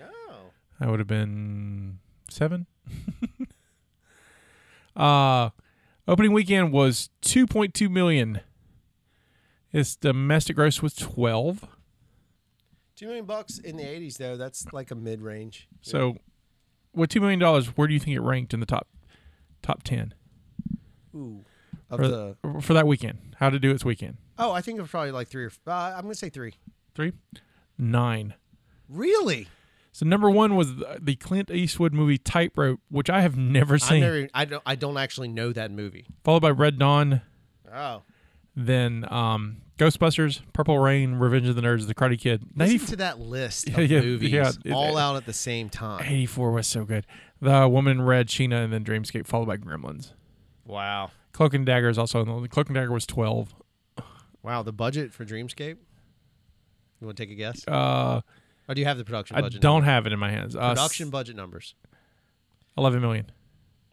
Oh. I would have been seven. *laughs* uh opening weekend was two point two million. Its domestic gross was twelve. Two million bucks in the 80s, though. That's like a mid range. So with two million dollars, where do you think it ranked in the top top ten Ooh. Of for, the. for that weekend? How to do its weekend? Oh, I think it was probably like three or. Uh, I'm going to say three. Three, nine. Really? So number one was the- the Clint Eastwood movie Tightrope, which I have never I seen. never. I don't. I don't actually know that movie. Followed by Red Dawn, Oh, then um, Ghostbusters, Purple Rain, Revenge of the Nerds, The Karate Kid. listen 94 to that list of Yeah, yeah, movies yeah, it- all it- out at the same time. 84 was so good. The Woman in Red, Sheena, and then Dreamscape, followed by Gremlins. Wow, Cloak and Dagger is also in the Cloak and Dagger was 12. wow. The budget for Dreamscape. You want to take a guess? Uh, or do you have the production I budget? don't have it in my hands. Uh, numbers? s- production budget numbers. 11 million.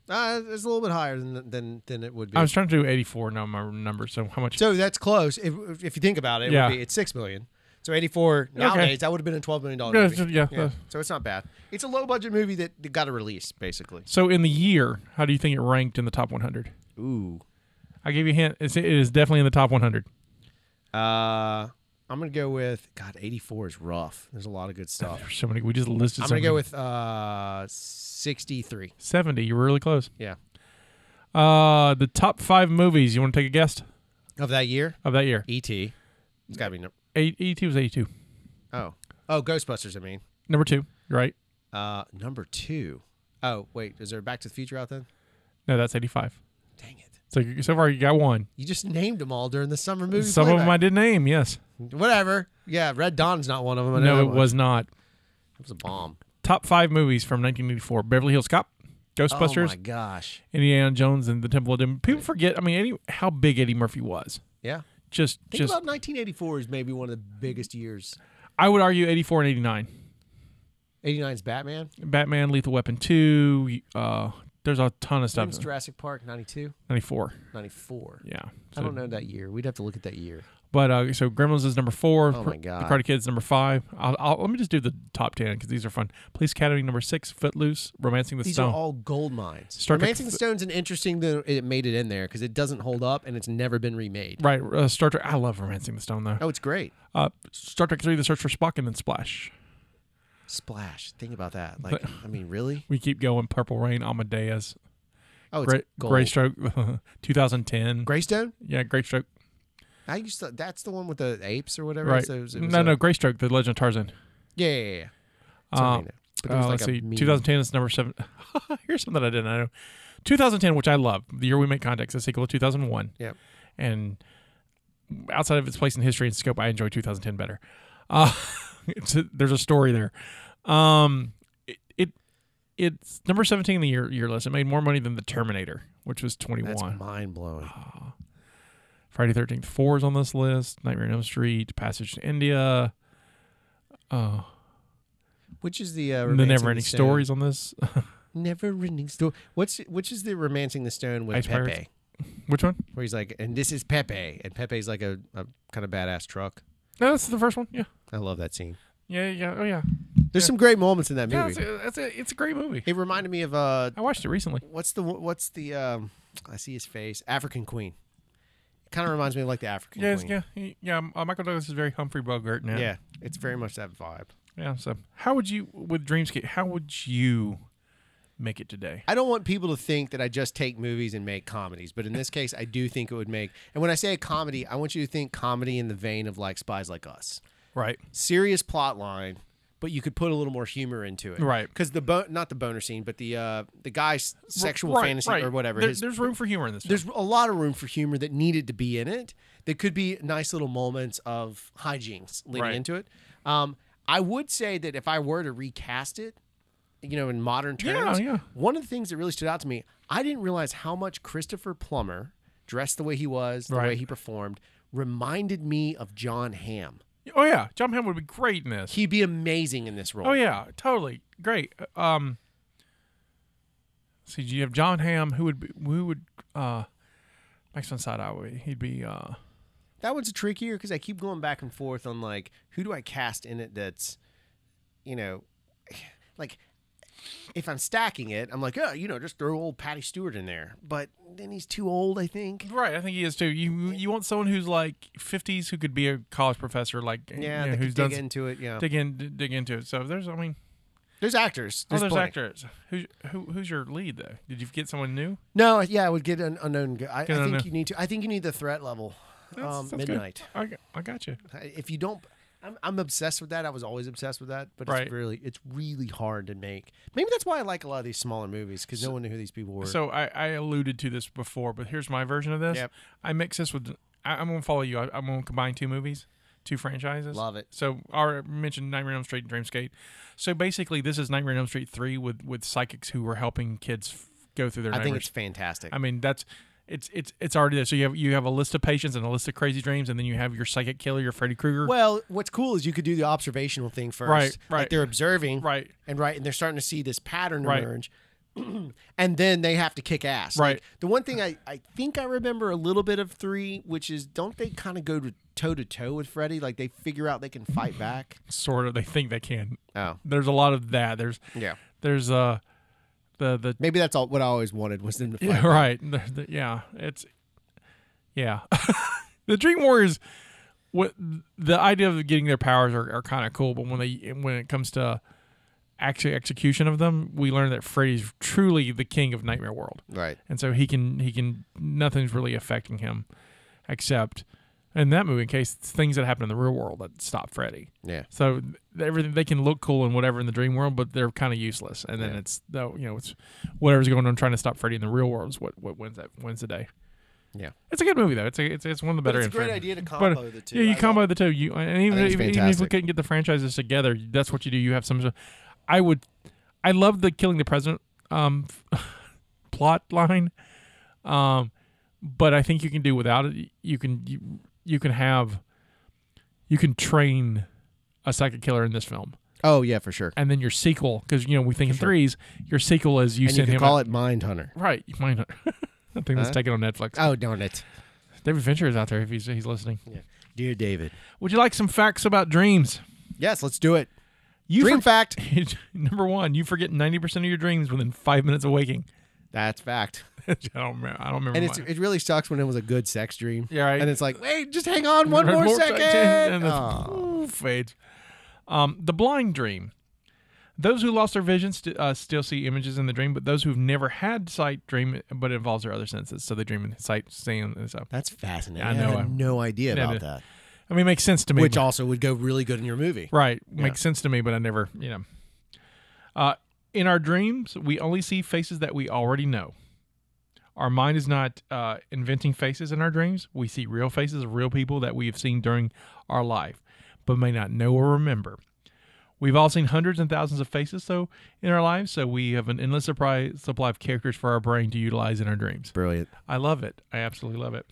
Uh, it's a little bit higher than than than it would be. I was trying to do 84 no my number, so how much? so that's close. If, if you think about it, it Yeah. would be it's six million. So eighty four nowadays that would have been a twelve million dollar Yeah, movie. so- yeah, uh, So it's not bad. It's a low budget movie that that got a release basically. so in the year, how do you think it ranked in the top 100? Ooh. I gave you a hint. It's, it is definitely in the top 100. Uh, I'm gonna go with God. 84 is rough. There's a lot of good *laughs* stuff. There's so many. We just listed I'm so gonna go many. with uh 63. 70. You were really close. Yeah, Uh, the top five movies. You want to take a guess of that year. of that year? E.T. It's gotta be. no- Eight, E.T. was 82. Oh, oh, Ghostbusters. I mean, Number two, you're right? Uh, number two. Oh wait, is there a Back to the Future out then? No, that's 85. Dang it! So you- so far you got one. You just named them all during the summer movie. Some of them I playback. did name. Yes. Whatever. Yeah, Red Dawn's not one of them. I know No, that it one. was not. It was a bomb. Top five movies from 1984: Beverly Hills Cop, Oh Ghostbusters, my gosh. Indiana Jones and the Temple of Doom. People forget. I mean, Eddie, how big Eddie Murphy was. Yeah. Just, Think just. about 1984 is maybe one of the biggest years. I would argue 84 and 89. 89's Batman. Batman, Lethal Weapon 2. Uh, there's a ton of When stuff. was Jurassic Park 92, 94. 94. Yeah. I So- don't know that year. We'd have to look at that year. But uh, so Gremlins is number four. Oh Cr- my God. The Karate Kids number five. I'll, I'll, let me just do the top ten because these are fun. Police Academy number six. Footloose. Romancing the These Stone. are all gold mines. Star Trek Romancing the f- Stone's an interesting that it made it in there because it doesn't hold up and it's never been remade. right. Uh, Star Trek. I love Romancing the Stone though. Oh, it's great. Uh, Star Trek three. The Search for Spock and then Splash. Splash. Think *laughs* about that. Like, I mean, really? We keep going. Purple Rain. Amadeus. Oh, it's Great. gold. Great Stroke. *laughs* 2010. Greystone? Yeah. Great Stroke. I used to. That's the one with the apes or whatever. Right. So it was- it was no, a- no. Great Stroke. The Legend of Tarzan. Yeah, yeah, yeah, yeah. That's what I Uh, know. But there was uh, like let's a see. meme. 2010 is number seven. *laughs* Here's something I didn't know. 2010, which I love, the year we make contacts, a sequel to 2001. Yep. And outside of its place in history and scope, I enjoy 2010 better. Uh, *laughs* it's a, there's a story there. Um, it, it it's number 17 in the year year list. It made more money than the Terminator, which was 21. That's mind blowing. Uh, Friday Thirteenth Four is on this list. Nightmare on Elm Street, Passage to India, Which is the uh, the Romancing Never Ending Stone? Stories on this. *laughs* Never ending story. What's which is the romancing the stone with Ice Pepe? Pirates? which one? Where he's like, and this is Pepe, and Pepe's like a, a kind of badass truck. No, that's the first one. Yeah. I love that scene. Yeah, yeah, oh yeah. There's some great moments in that Yeah, it's movie. a, it's a, it's a great movie. it reminded me of uh, I watched it recently. what's the what's the um, I see his face, African Queen. It kind of reminds me of like the African Yeah, it's, Queen. yeah, he- yeah. Uh, Michael Douglas is very Humphrey Bogart now. yeah, it's very much that vibe. yeah. So, how would you with Dreamscape? How would you make it today? I don't want people to think that I just take movies and make comedies, but in this case, I do think it would make. And when I say a comedy, I want you to think comedy in the vein of like Spies Like Us, Right. serious plot line, but you could put a little more humor into it, Right. Because the bo- not the boner scene, but the uh, the guy's sexual Right, fantasy right. or whatever. There, his- there's room for humor in this. there's a lot of room for humor that needed to be in it. That could be nice little moments of hijinks leading Right. into it. Um, I would say that if I were to recast it, you know, in modern Yeah, terms, yeah. one of the things that really stood out to me, I didn't realize how much Christopher Plummer, dressed the way he was, the way Right. he performed, reminded me of John Hamm. film. Oh yeah, John Hamm would be great in this. He'd be amazing in this role. oh yeah, totally great. Um. See, you have John Hamm. Who would be, who would uh, next on side eye? He'd be uh, That one's trickier because I keep going back and forth on like who do I cast in it that's, you know, *sighs* like if I'm stacking it, I'm like, oh, you know, just throw old Patty Stewart in there. But then he's too old, I think. Right, I think he is too. You you want someone who's like fifties who could be a college professor, like Yeah, you know, they who's could dig done into it. Yeah, dig in d- dig into it. So there's, I mean, there's actors. oh, there's plenty. actors. Who who who's your lead though? Did you get someone new? No, yeah, I would get an unknown. Go- I, I Get an think unknown. you need to. I think you need the threat level. That's- um, that's good. midnight. I got, I got you. I- If you don't. I'm, I'm obsessed with that. I was always obsessed with that, but Right. it's really it's really hard to make. Maybe that's why I like a lot of these smaller movies because no one knew who these people were. So I, I alluded to this before, but here's my version of this. Yep. I mix this with. I, I'm gonna follow you. I, I'm gonna combine two movies, two franchises. Love it. So our mentioned Nightmare on Elm Street and Dreamscape. So basically, this is Nightmare on Elm Street three with with psychics who were helping kids f- go through their. I think nightmares. it's fantastic. I mean, that's it's it's it's already there. So you have you have a list of patients and a list of crazy dreams, and then you have your psychic killer, your Freddy Krueger. Well, what's cool is you could do the observational thing first. Right, Like right. they're observing. Right. And right, and they're starting to see this pattern Right. emerge. *clears throat* and then they have to kick ass. Right. Like, the one thing I, I think I remember a little bit of three, which is don't they kind of go to toe to toe with Freddy? Like they figure out they can fight back. Sort of, they think they can. Oh. There's a lot of that. There's Yeah. there's uh the the Maybe that's all what I always wanted was them to *laughs* fight. yeah, right There- there- yeah it's yeah *laughs* the Dream Warriors. What the idea of getting their powers are, are kind of cool, but when they when it comes to actually execution of them, we learn that Freddy's truly the king of Nightmare World. Right. and so he can he can nothing's really affecting him except in that movie in case it's things that happen in the real world that stop Freddy. Yeah. So th- everything they can look cool and whatever in the dream world, but they're kind of useless. And then it's no, you know, it's whatever's going on trying to stop Freddy in the real world is what what wins that wins the day. Yeah. it's a good movie though. It's a, it's, it's one of the better. it's a great infran- idea to but, combo the two. Yeah, you I combo the two. You and even, think it's if- even if we fantastic. couldn't get the franchises together, that's what you do. You have some. I would, I love the killing the president um *laughs* plot line, um, but I think you can do without it. You can you, you can have, you can train a psychic killer in this film, Oh yeah, for sure. and then your sequel because you know we think in threes. Your sequel is you and you send can him call out- it Mind Hunter. right. You might not. *laughs* I think that's Huh? taken on Netflix. Oh darn it, David Fincher is out there if he's he's listening. dear David. Would you like some facts about dreams? Yes, let's do it. You Dream for- fact. *laughs* Number one, you forget ninety percent of your dreams within five minutes of waking. *laughs* That's fact. I don't remember. I don't remember. And it's, mine. it really sucks when it was a good sex dream. Yeah, right. And it's like, wait, just *laughs* hang on one more, time, second. And it's, Aw. ooh, fades. Um, the blind dream. Those who lost their vision st- uh, still see images in the dream, but those who've never had sight dream, but it involves their other senses. So they dream in sight, seeing. And so. That's fascinating. I I, know, had I'm- no idea Yeah, about it- that. I mean, it makes sense to me. Which but- also would go really good in your movie. Right. Makes sense to me, but I never, you know. Uh, in our dreams, we only see faces that we already know. Our mind is not uh, inventing faces in our dreams. We see real faces of real people that we have seen during our life, but may not know or remember. We've all seen hundreds and thousands of faces, so in our lives, so we have an endless supply supply of characters for our brain to utilize in our dreams. Brilliant. I love it. I absolutely love it.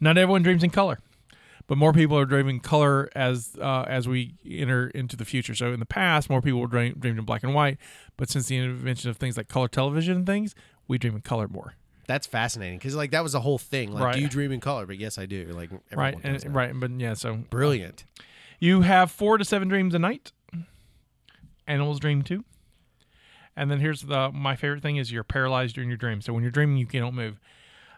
Not everyone dreams in color, but more people are dreaming color as uh, as we enter into the future. So in the past, more people dream, dreamed in black and white, but since the invention of things like color television and things, we dream in color more. That's fascinating because like that was the whole thing. Like, Right. do you dream in color? But yes, I do. Like everyone Right, does and, that. right, but yeah. So Brilliant. you have four to seven dreams a night. Animals dream too. And then here's the my favorite thing is you're paralyzed during your dream. So when you're dreaming, you can't move.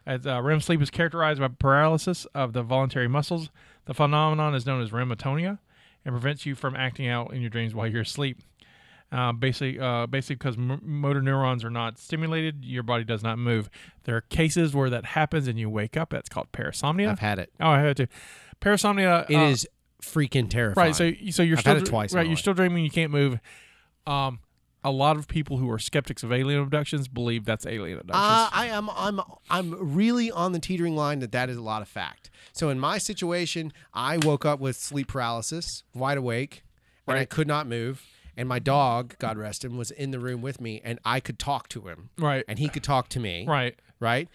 As uh, REM sleep is characterized by paralysis of the voluntary muscles. The phenomenon is known as rematonia, and prevents you from acting out in your dreams while you're asleep. Uh, basically, uh, basically, because m- motor neurons are not stimulated, your body does not move. There are cases where that happens and you wake up. That's called parasomnia. I've had it. oh, I had to. Parasomnia. It uh, is freaking terrifying. Right. So you- so you're I've still had it dr- twice in Right. my You're life. still dreaming. You can't move. Um, a lot of people who are skeptics of alien abductions believe that's alien abductions. Uh, I am I'm I'm really on the teetering line that that is a lot of fact. So in my situation, I woke up with sleep paralysis, wide awake, and I Right. could not move. And my dog, God rest him, was in the room with me, and I could talk to him, Right. And he could talk to me, right. Right.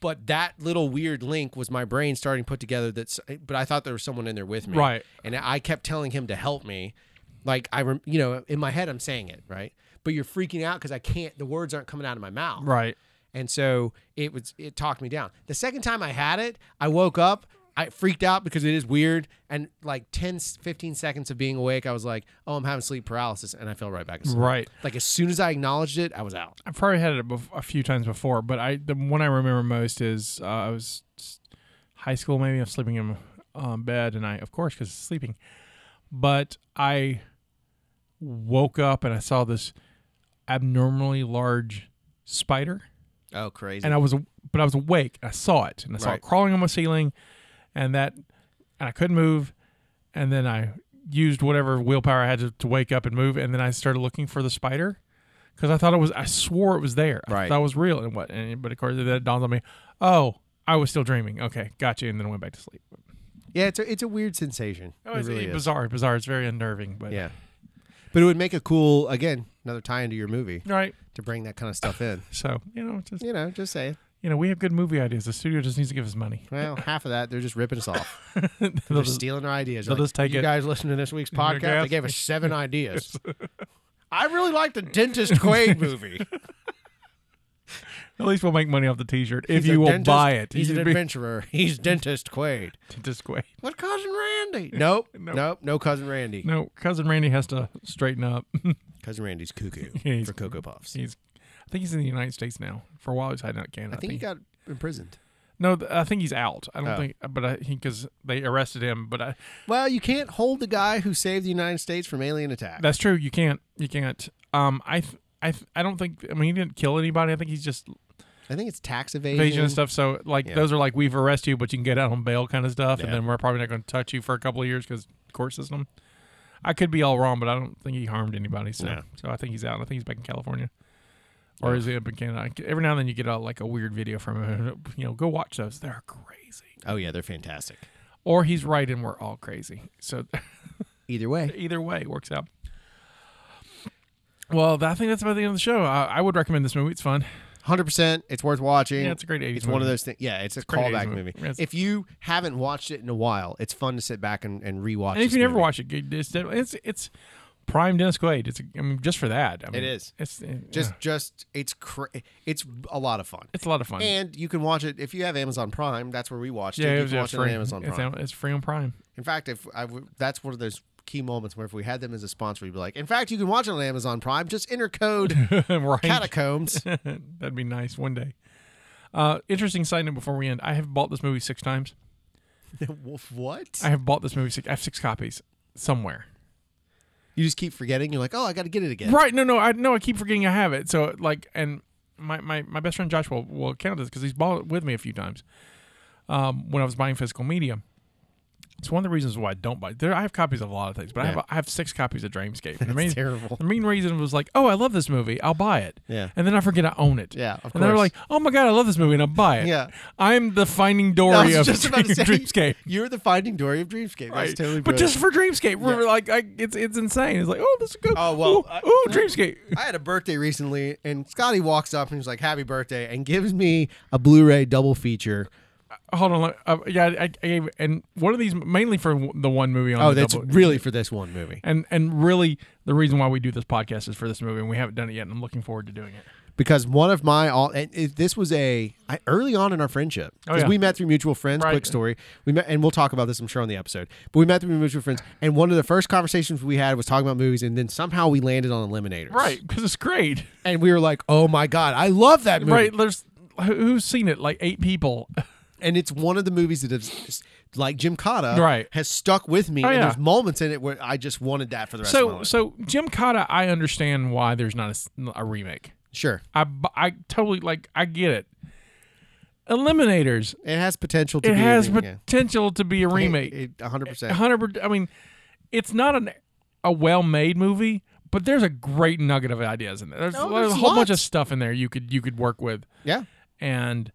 But that little weird link was my brain starting to put together. That's but I thought there was someone in there with me, Right. And I kept telling him to help me, like I, rem- you know, in my head I'm saying it, right? But you're freaking out because I can't. The words aren't coming out of my mouth, Right. and so it was it talked me down. The second time I had it, I woke up, I freaked out because it is weird and like 10 15 seconds of being awake, I was like, "Oh, I'm having sleep paralysis." And I fell right back asleep. Right. Like as soon as I acknowledged it, I was out. I've probably had it bef- a few times before, but I the one I remember most is uh, I was s- high school. Maybe I'm sleeping in um, bed, and I of course because sleeping, but I woke up and I saw this abnormally large spider. Oh, crazy. and I was but I was awake. I saw it and I saw it Right. crawling on my ceiling, and that and I couldn't move, and then I used whatever willpower I had to, to wake up and move, and then I started looking for the spider because I thought it was I swore it was there. I Right. thought it was real and what and but of course that dawned on me. Oh, I was still dreaming. Okay, gotcha, and then I went back to sleep. yeah, it's a, it's a weird sensation. It it was really is. bizarre, bizarre. It's very unnerving, but Yeah. But it would make a cool again, another tie into your movie right. to bring that kind of stuff in. So you know, just You know, just saying. you know, we have good movie ideas. The studio just needs to give us money. Well, half of that they're just ripping us off. *laughs* They'll They're just- stealing our ideas. they'll Like, just take you it." guys listen to this *laughs* week's Your podcast. gas- They gave *laughs* us seven ideas. I really like the *laughs* Dentist Quaid movie. at least we'll make money off the T-shirt if He's a you will dentist. buy it. He's an You'd be- adventurer. He's Dentist Quaid. Just wait. What *laughs* cousin Randy? Nope. No. nope. No cousin Randy. No, cousin Randy has to straighten up. *laughs* Cousin Randy's cuckoo Yeah, he's- for Cocoa Puffs. he's, I think he's in the United States now. For a while, he's hiding out in Canada. I think he got imprisoned. no, th- I think he's out. I don't Oh. think, but I think because they arrested him. But uh, I, Well, you can't hold the guy who saved the United States from alien attack. that's true. You can't. You can't. Um, I, th- I, th- I don't think. I mean, he didn't kill anybody. I think he's just I think it's tax evasion. Invasion and stuff. So like Yeah. those are like we've arrested you, but you can get out on bail kind of stuff, Yeah. and then we're probably not going to touch you for a couple of years because court system. I could be all wrong, but I don't think he harmed anybody. So No. so I think he's out. I think he's back in California. Or is he up in Canada? Every now and then you get a, like a weird video from him. You know, go watch those. They're crazy. Oh yeah, they're fantastic. Or he's right and we're all crazy. So *laughs* Either way, either way it works out. Well, I think that's about the end of the show. I, I would recommend this movie. It's fun. hundred percent. It's worth watching. Yeah, it's a great 80s It's one of movie. those things. Yeah, it's a great 80s callback movie. movie. Yeah, it's- If you haven't watched it in a while, it's fun to sit back and, and rewatch. And if this you never movie. watch it, you just- it's it's prime Dennis Quaid. It's I mean, just for that. I mean, is. It's just just just it's cra- it's a lot of fun. it's a lot of fun. And you can watch it if you have Amazon Prime. That's where we watched yeah, it. it You was can yeah, watch it on free. Amazon it's, Prime. Am- it's free on Prime. *laughs* In fact, if I w- that's one of those key moments where if we had them as a sponsor, we'd be like, in fact, you can watch it on Amazon Prime. Just *laughs* enter code right. *laughs* catacombs. *laughs* That'd be nice one day. Uh, interesting side note before we end. I have bought this movie six times. what? I have bought this movie six. I have six copies somewhere. You just keep forgetting. You're like, oh, I got to get it again. Right? No, no, I no. I keep forgetting I have it. So like, and my my, my best friend Josh will, will count this because he's bought it with me a few times. Um, when I was buying physical media, it's one of the reasons why I don't buy. There, I have copies of a lot of things, but I have Yeah. I have six copies of *laughs* Dreamscape. The main, terrible. The main reason was like, oh, I love this movie, I'll buy it. Yeah. And then I forget I own it. Yeah, of and they're course. like, oh my god, I love this movie, and I'll buy it. Yeah. I'm the Finding Dory I was of just about to say, Dreamscape. You're the Finding Dory of Dreamscape. *laughs* That's Right. totally but brilliant. just for Dreamscape, we're like, I, it's it's insane. It's like, oh, this is good. Oh, well, Ooh, I- ooh, Dreamscape. I had a birthday recently, and Scotty walks up and he's like, "Happy birthday!" and gives me a Blu-ray double feature. Hold on, let- uh, yeah, I, I gave and one of these mainly for w- the one movie on. Oh, the that's double- really for this one movie. and and really the reason why we do this podcast is for this movie, and we haven't done it yet, and I'm looking forward to doing it. because one of my all and it, this was a I, early on in our friendship Oh, because yeah. we met through mutual friends Right. quick story we met and we'll talk about this i'm sure on the episode but we met through mutual friends and one of the first conversations we had was talking about movies and then somehow we landed on eliminators *laughs* Right, because it's great. and we were like oh my god i love that movie Right, there's who- who's seen it? Like eight people. and it's one of the movies that has like jim Cotta Right. has stuck with me Oh, and yeah. there's moments in it where i just wanted that for the rest of So my life so Jim Cotta, I understand why there's not a s- a, remake. sure I bu- I totally like I get it. Eliminators, it has potential to it be has yeah. potential to be a remake. It- it- 100% hundred. I mean, it's not an a well made movie, but there's a great nugget of ideas in there. There's, No, there's a Oh, there's whole bunch of lots. stuff in there you could you could work with, yeah and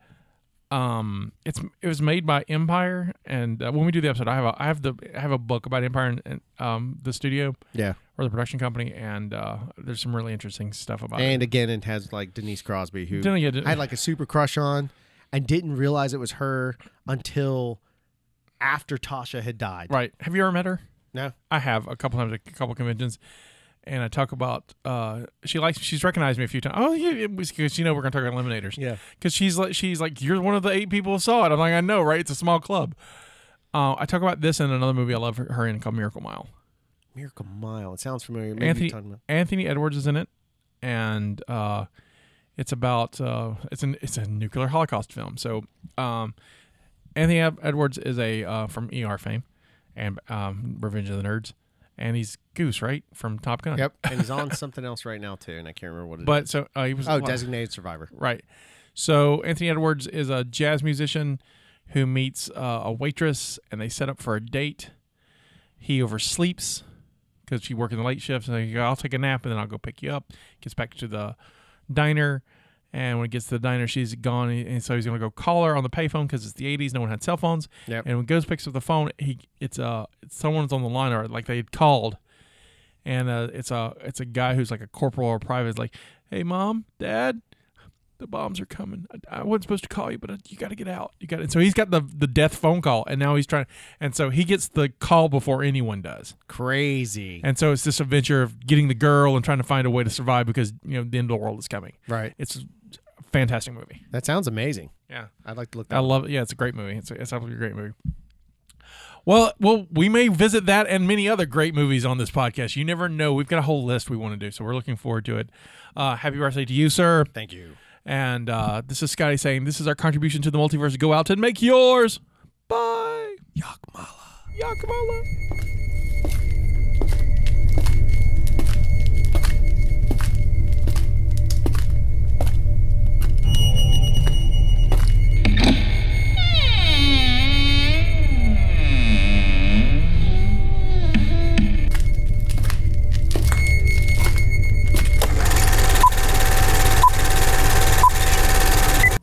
um, it's it was made by Empire, and uh, when we do the episode, I have a I have the I have a book about Empire and, and um the studio yeah or the production company, and uh, there's some really interesting stuff about it. And again, it has like Denise Crosby, who Didn't get it. I had like a super crush on, and didn't realize it was her until after Tasha had died. Right? Have you ever met her? No, I have a couple times, at a couple conventions, and I talk about uh, she likes. She's recognized me a few times. Oh yeah, it was because you know we're gonna talk about eliminators. Yeah. because she's like she's like you're one of the eight people who saw it. I'm like I know, right? It's a small club. Uh, I talk about this in another movie I love her, her in called Miracle Mile. Miracle Mile. It sounds familiar. Maybe Anthony you're talking *laughs* about. Anthony Edwards is in it, and uh, it's about uh, it's an it's a nuclear holocaust film. So um, Anthony Ed- Edwards is a uh, from ER fame and um, Revenge of the Nerds, and he's Goose right from Top Gun. Yep, and he's on something else right now too, and I can't remember what it is. But so uh, he was oh, well, designated survivor. Right. So Anthony Edwards is a jazz musician who meets uh, a waitress and they set up for a date. He oversleeps because she working the late shifts and he goes, I'll take a nap and then I'll go pick you up. Gets back to the diner. And when he gets to the diner, she's gone. And so he's going to go call her on the payphone because it's the 80s. No one had cell phones. Yep. And when he goes picks up the phone, he it's uh it's someone's on the line or like they had called and uh, it's a it's a guy who's like a corporal or private. Is like, hey, mom, dad, the bombs are coming. I, I wasn't supposed to call you, but I, you got to get out. You got it. So he's got the the death phone call, and now he's trying. And so he gets the call before anyone does. Crazy. And so it's this adventure of getting the girl and trying to find a way to survive because you know the end of the world is coming. Right. It's a fantastic movie. That sounds amazing. Yeah. I'd like to look that. I love it. Yeah, it's a great movie. It's, it's absolutely a great movie. Well, well, we may visit that and many other great movies on this podcast. You never know. We've got a whole list we want to do, so we're looking forward to it. Uh, happy birthday to you, sir. Thank you. And uh, this is Scotty saying, "This is our contribution to the multiverse. Go out and make yours." Bye. Yakmala. Yakmala.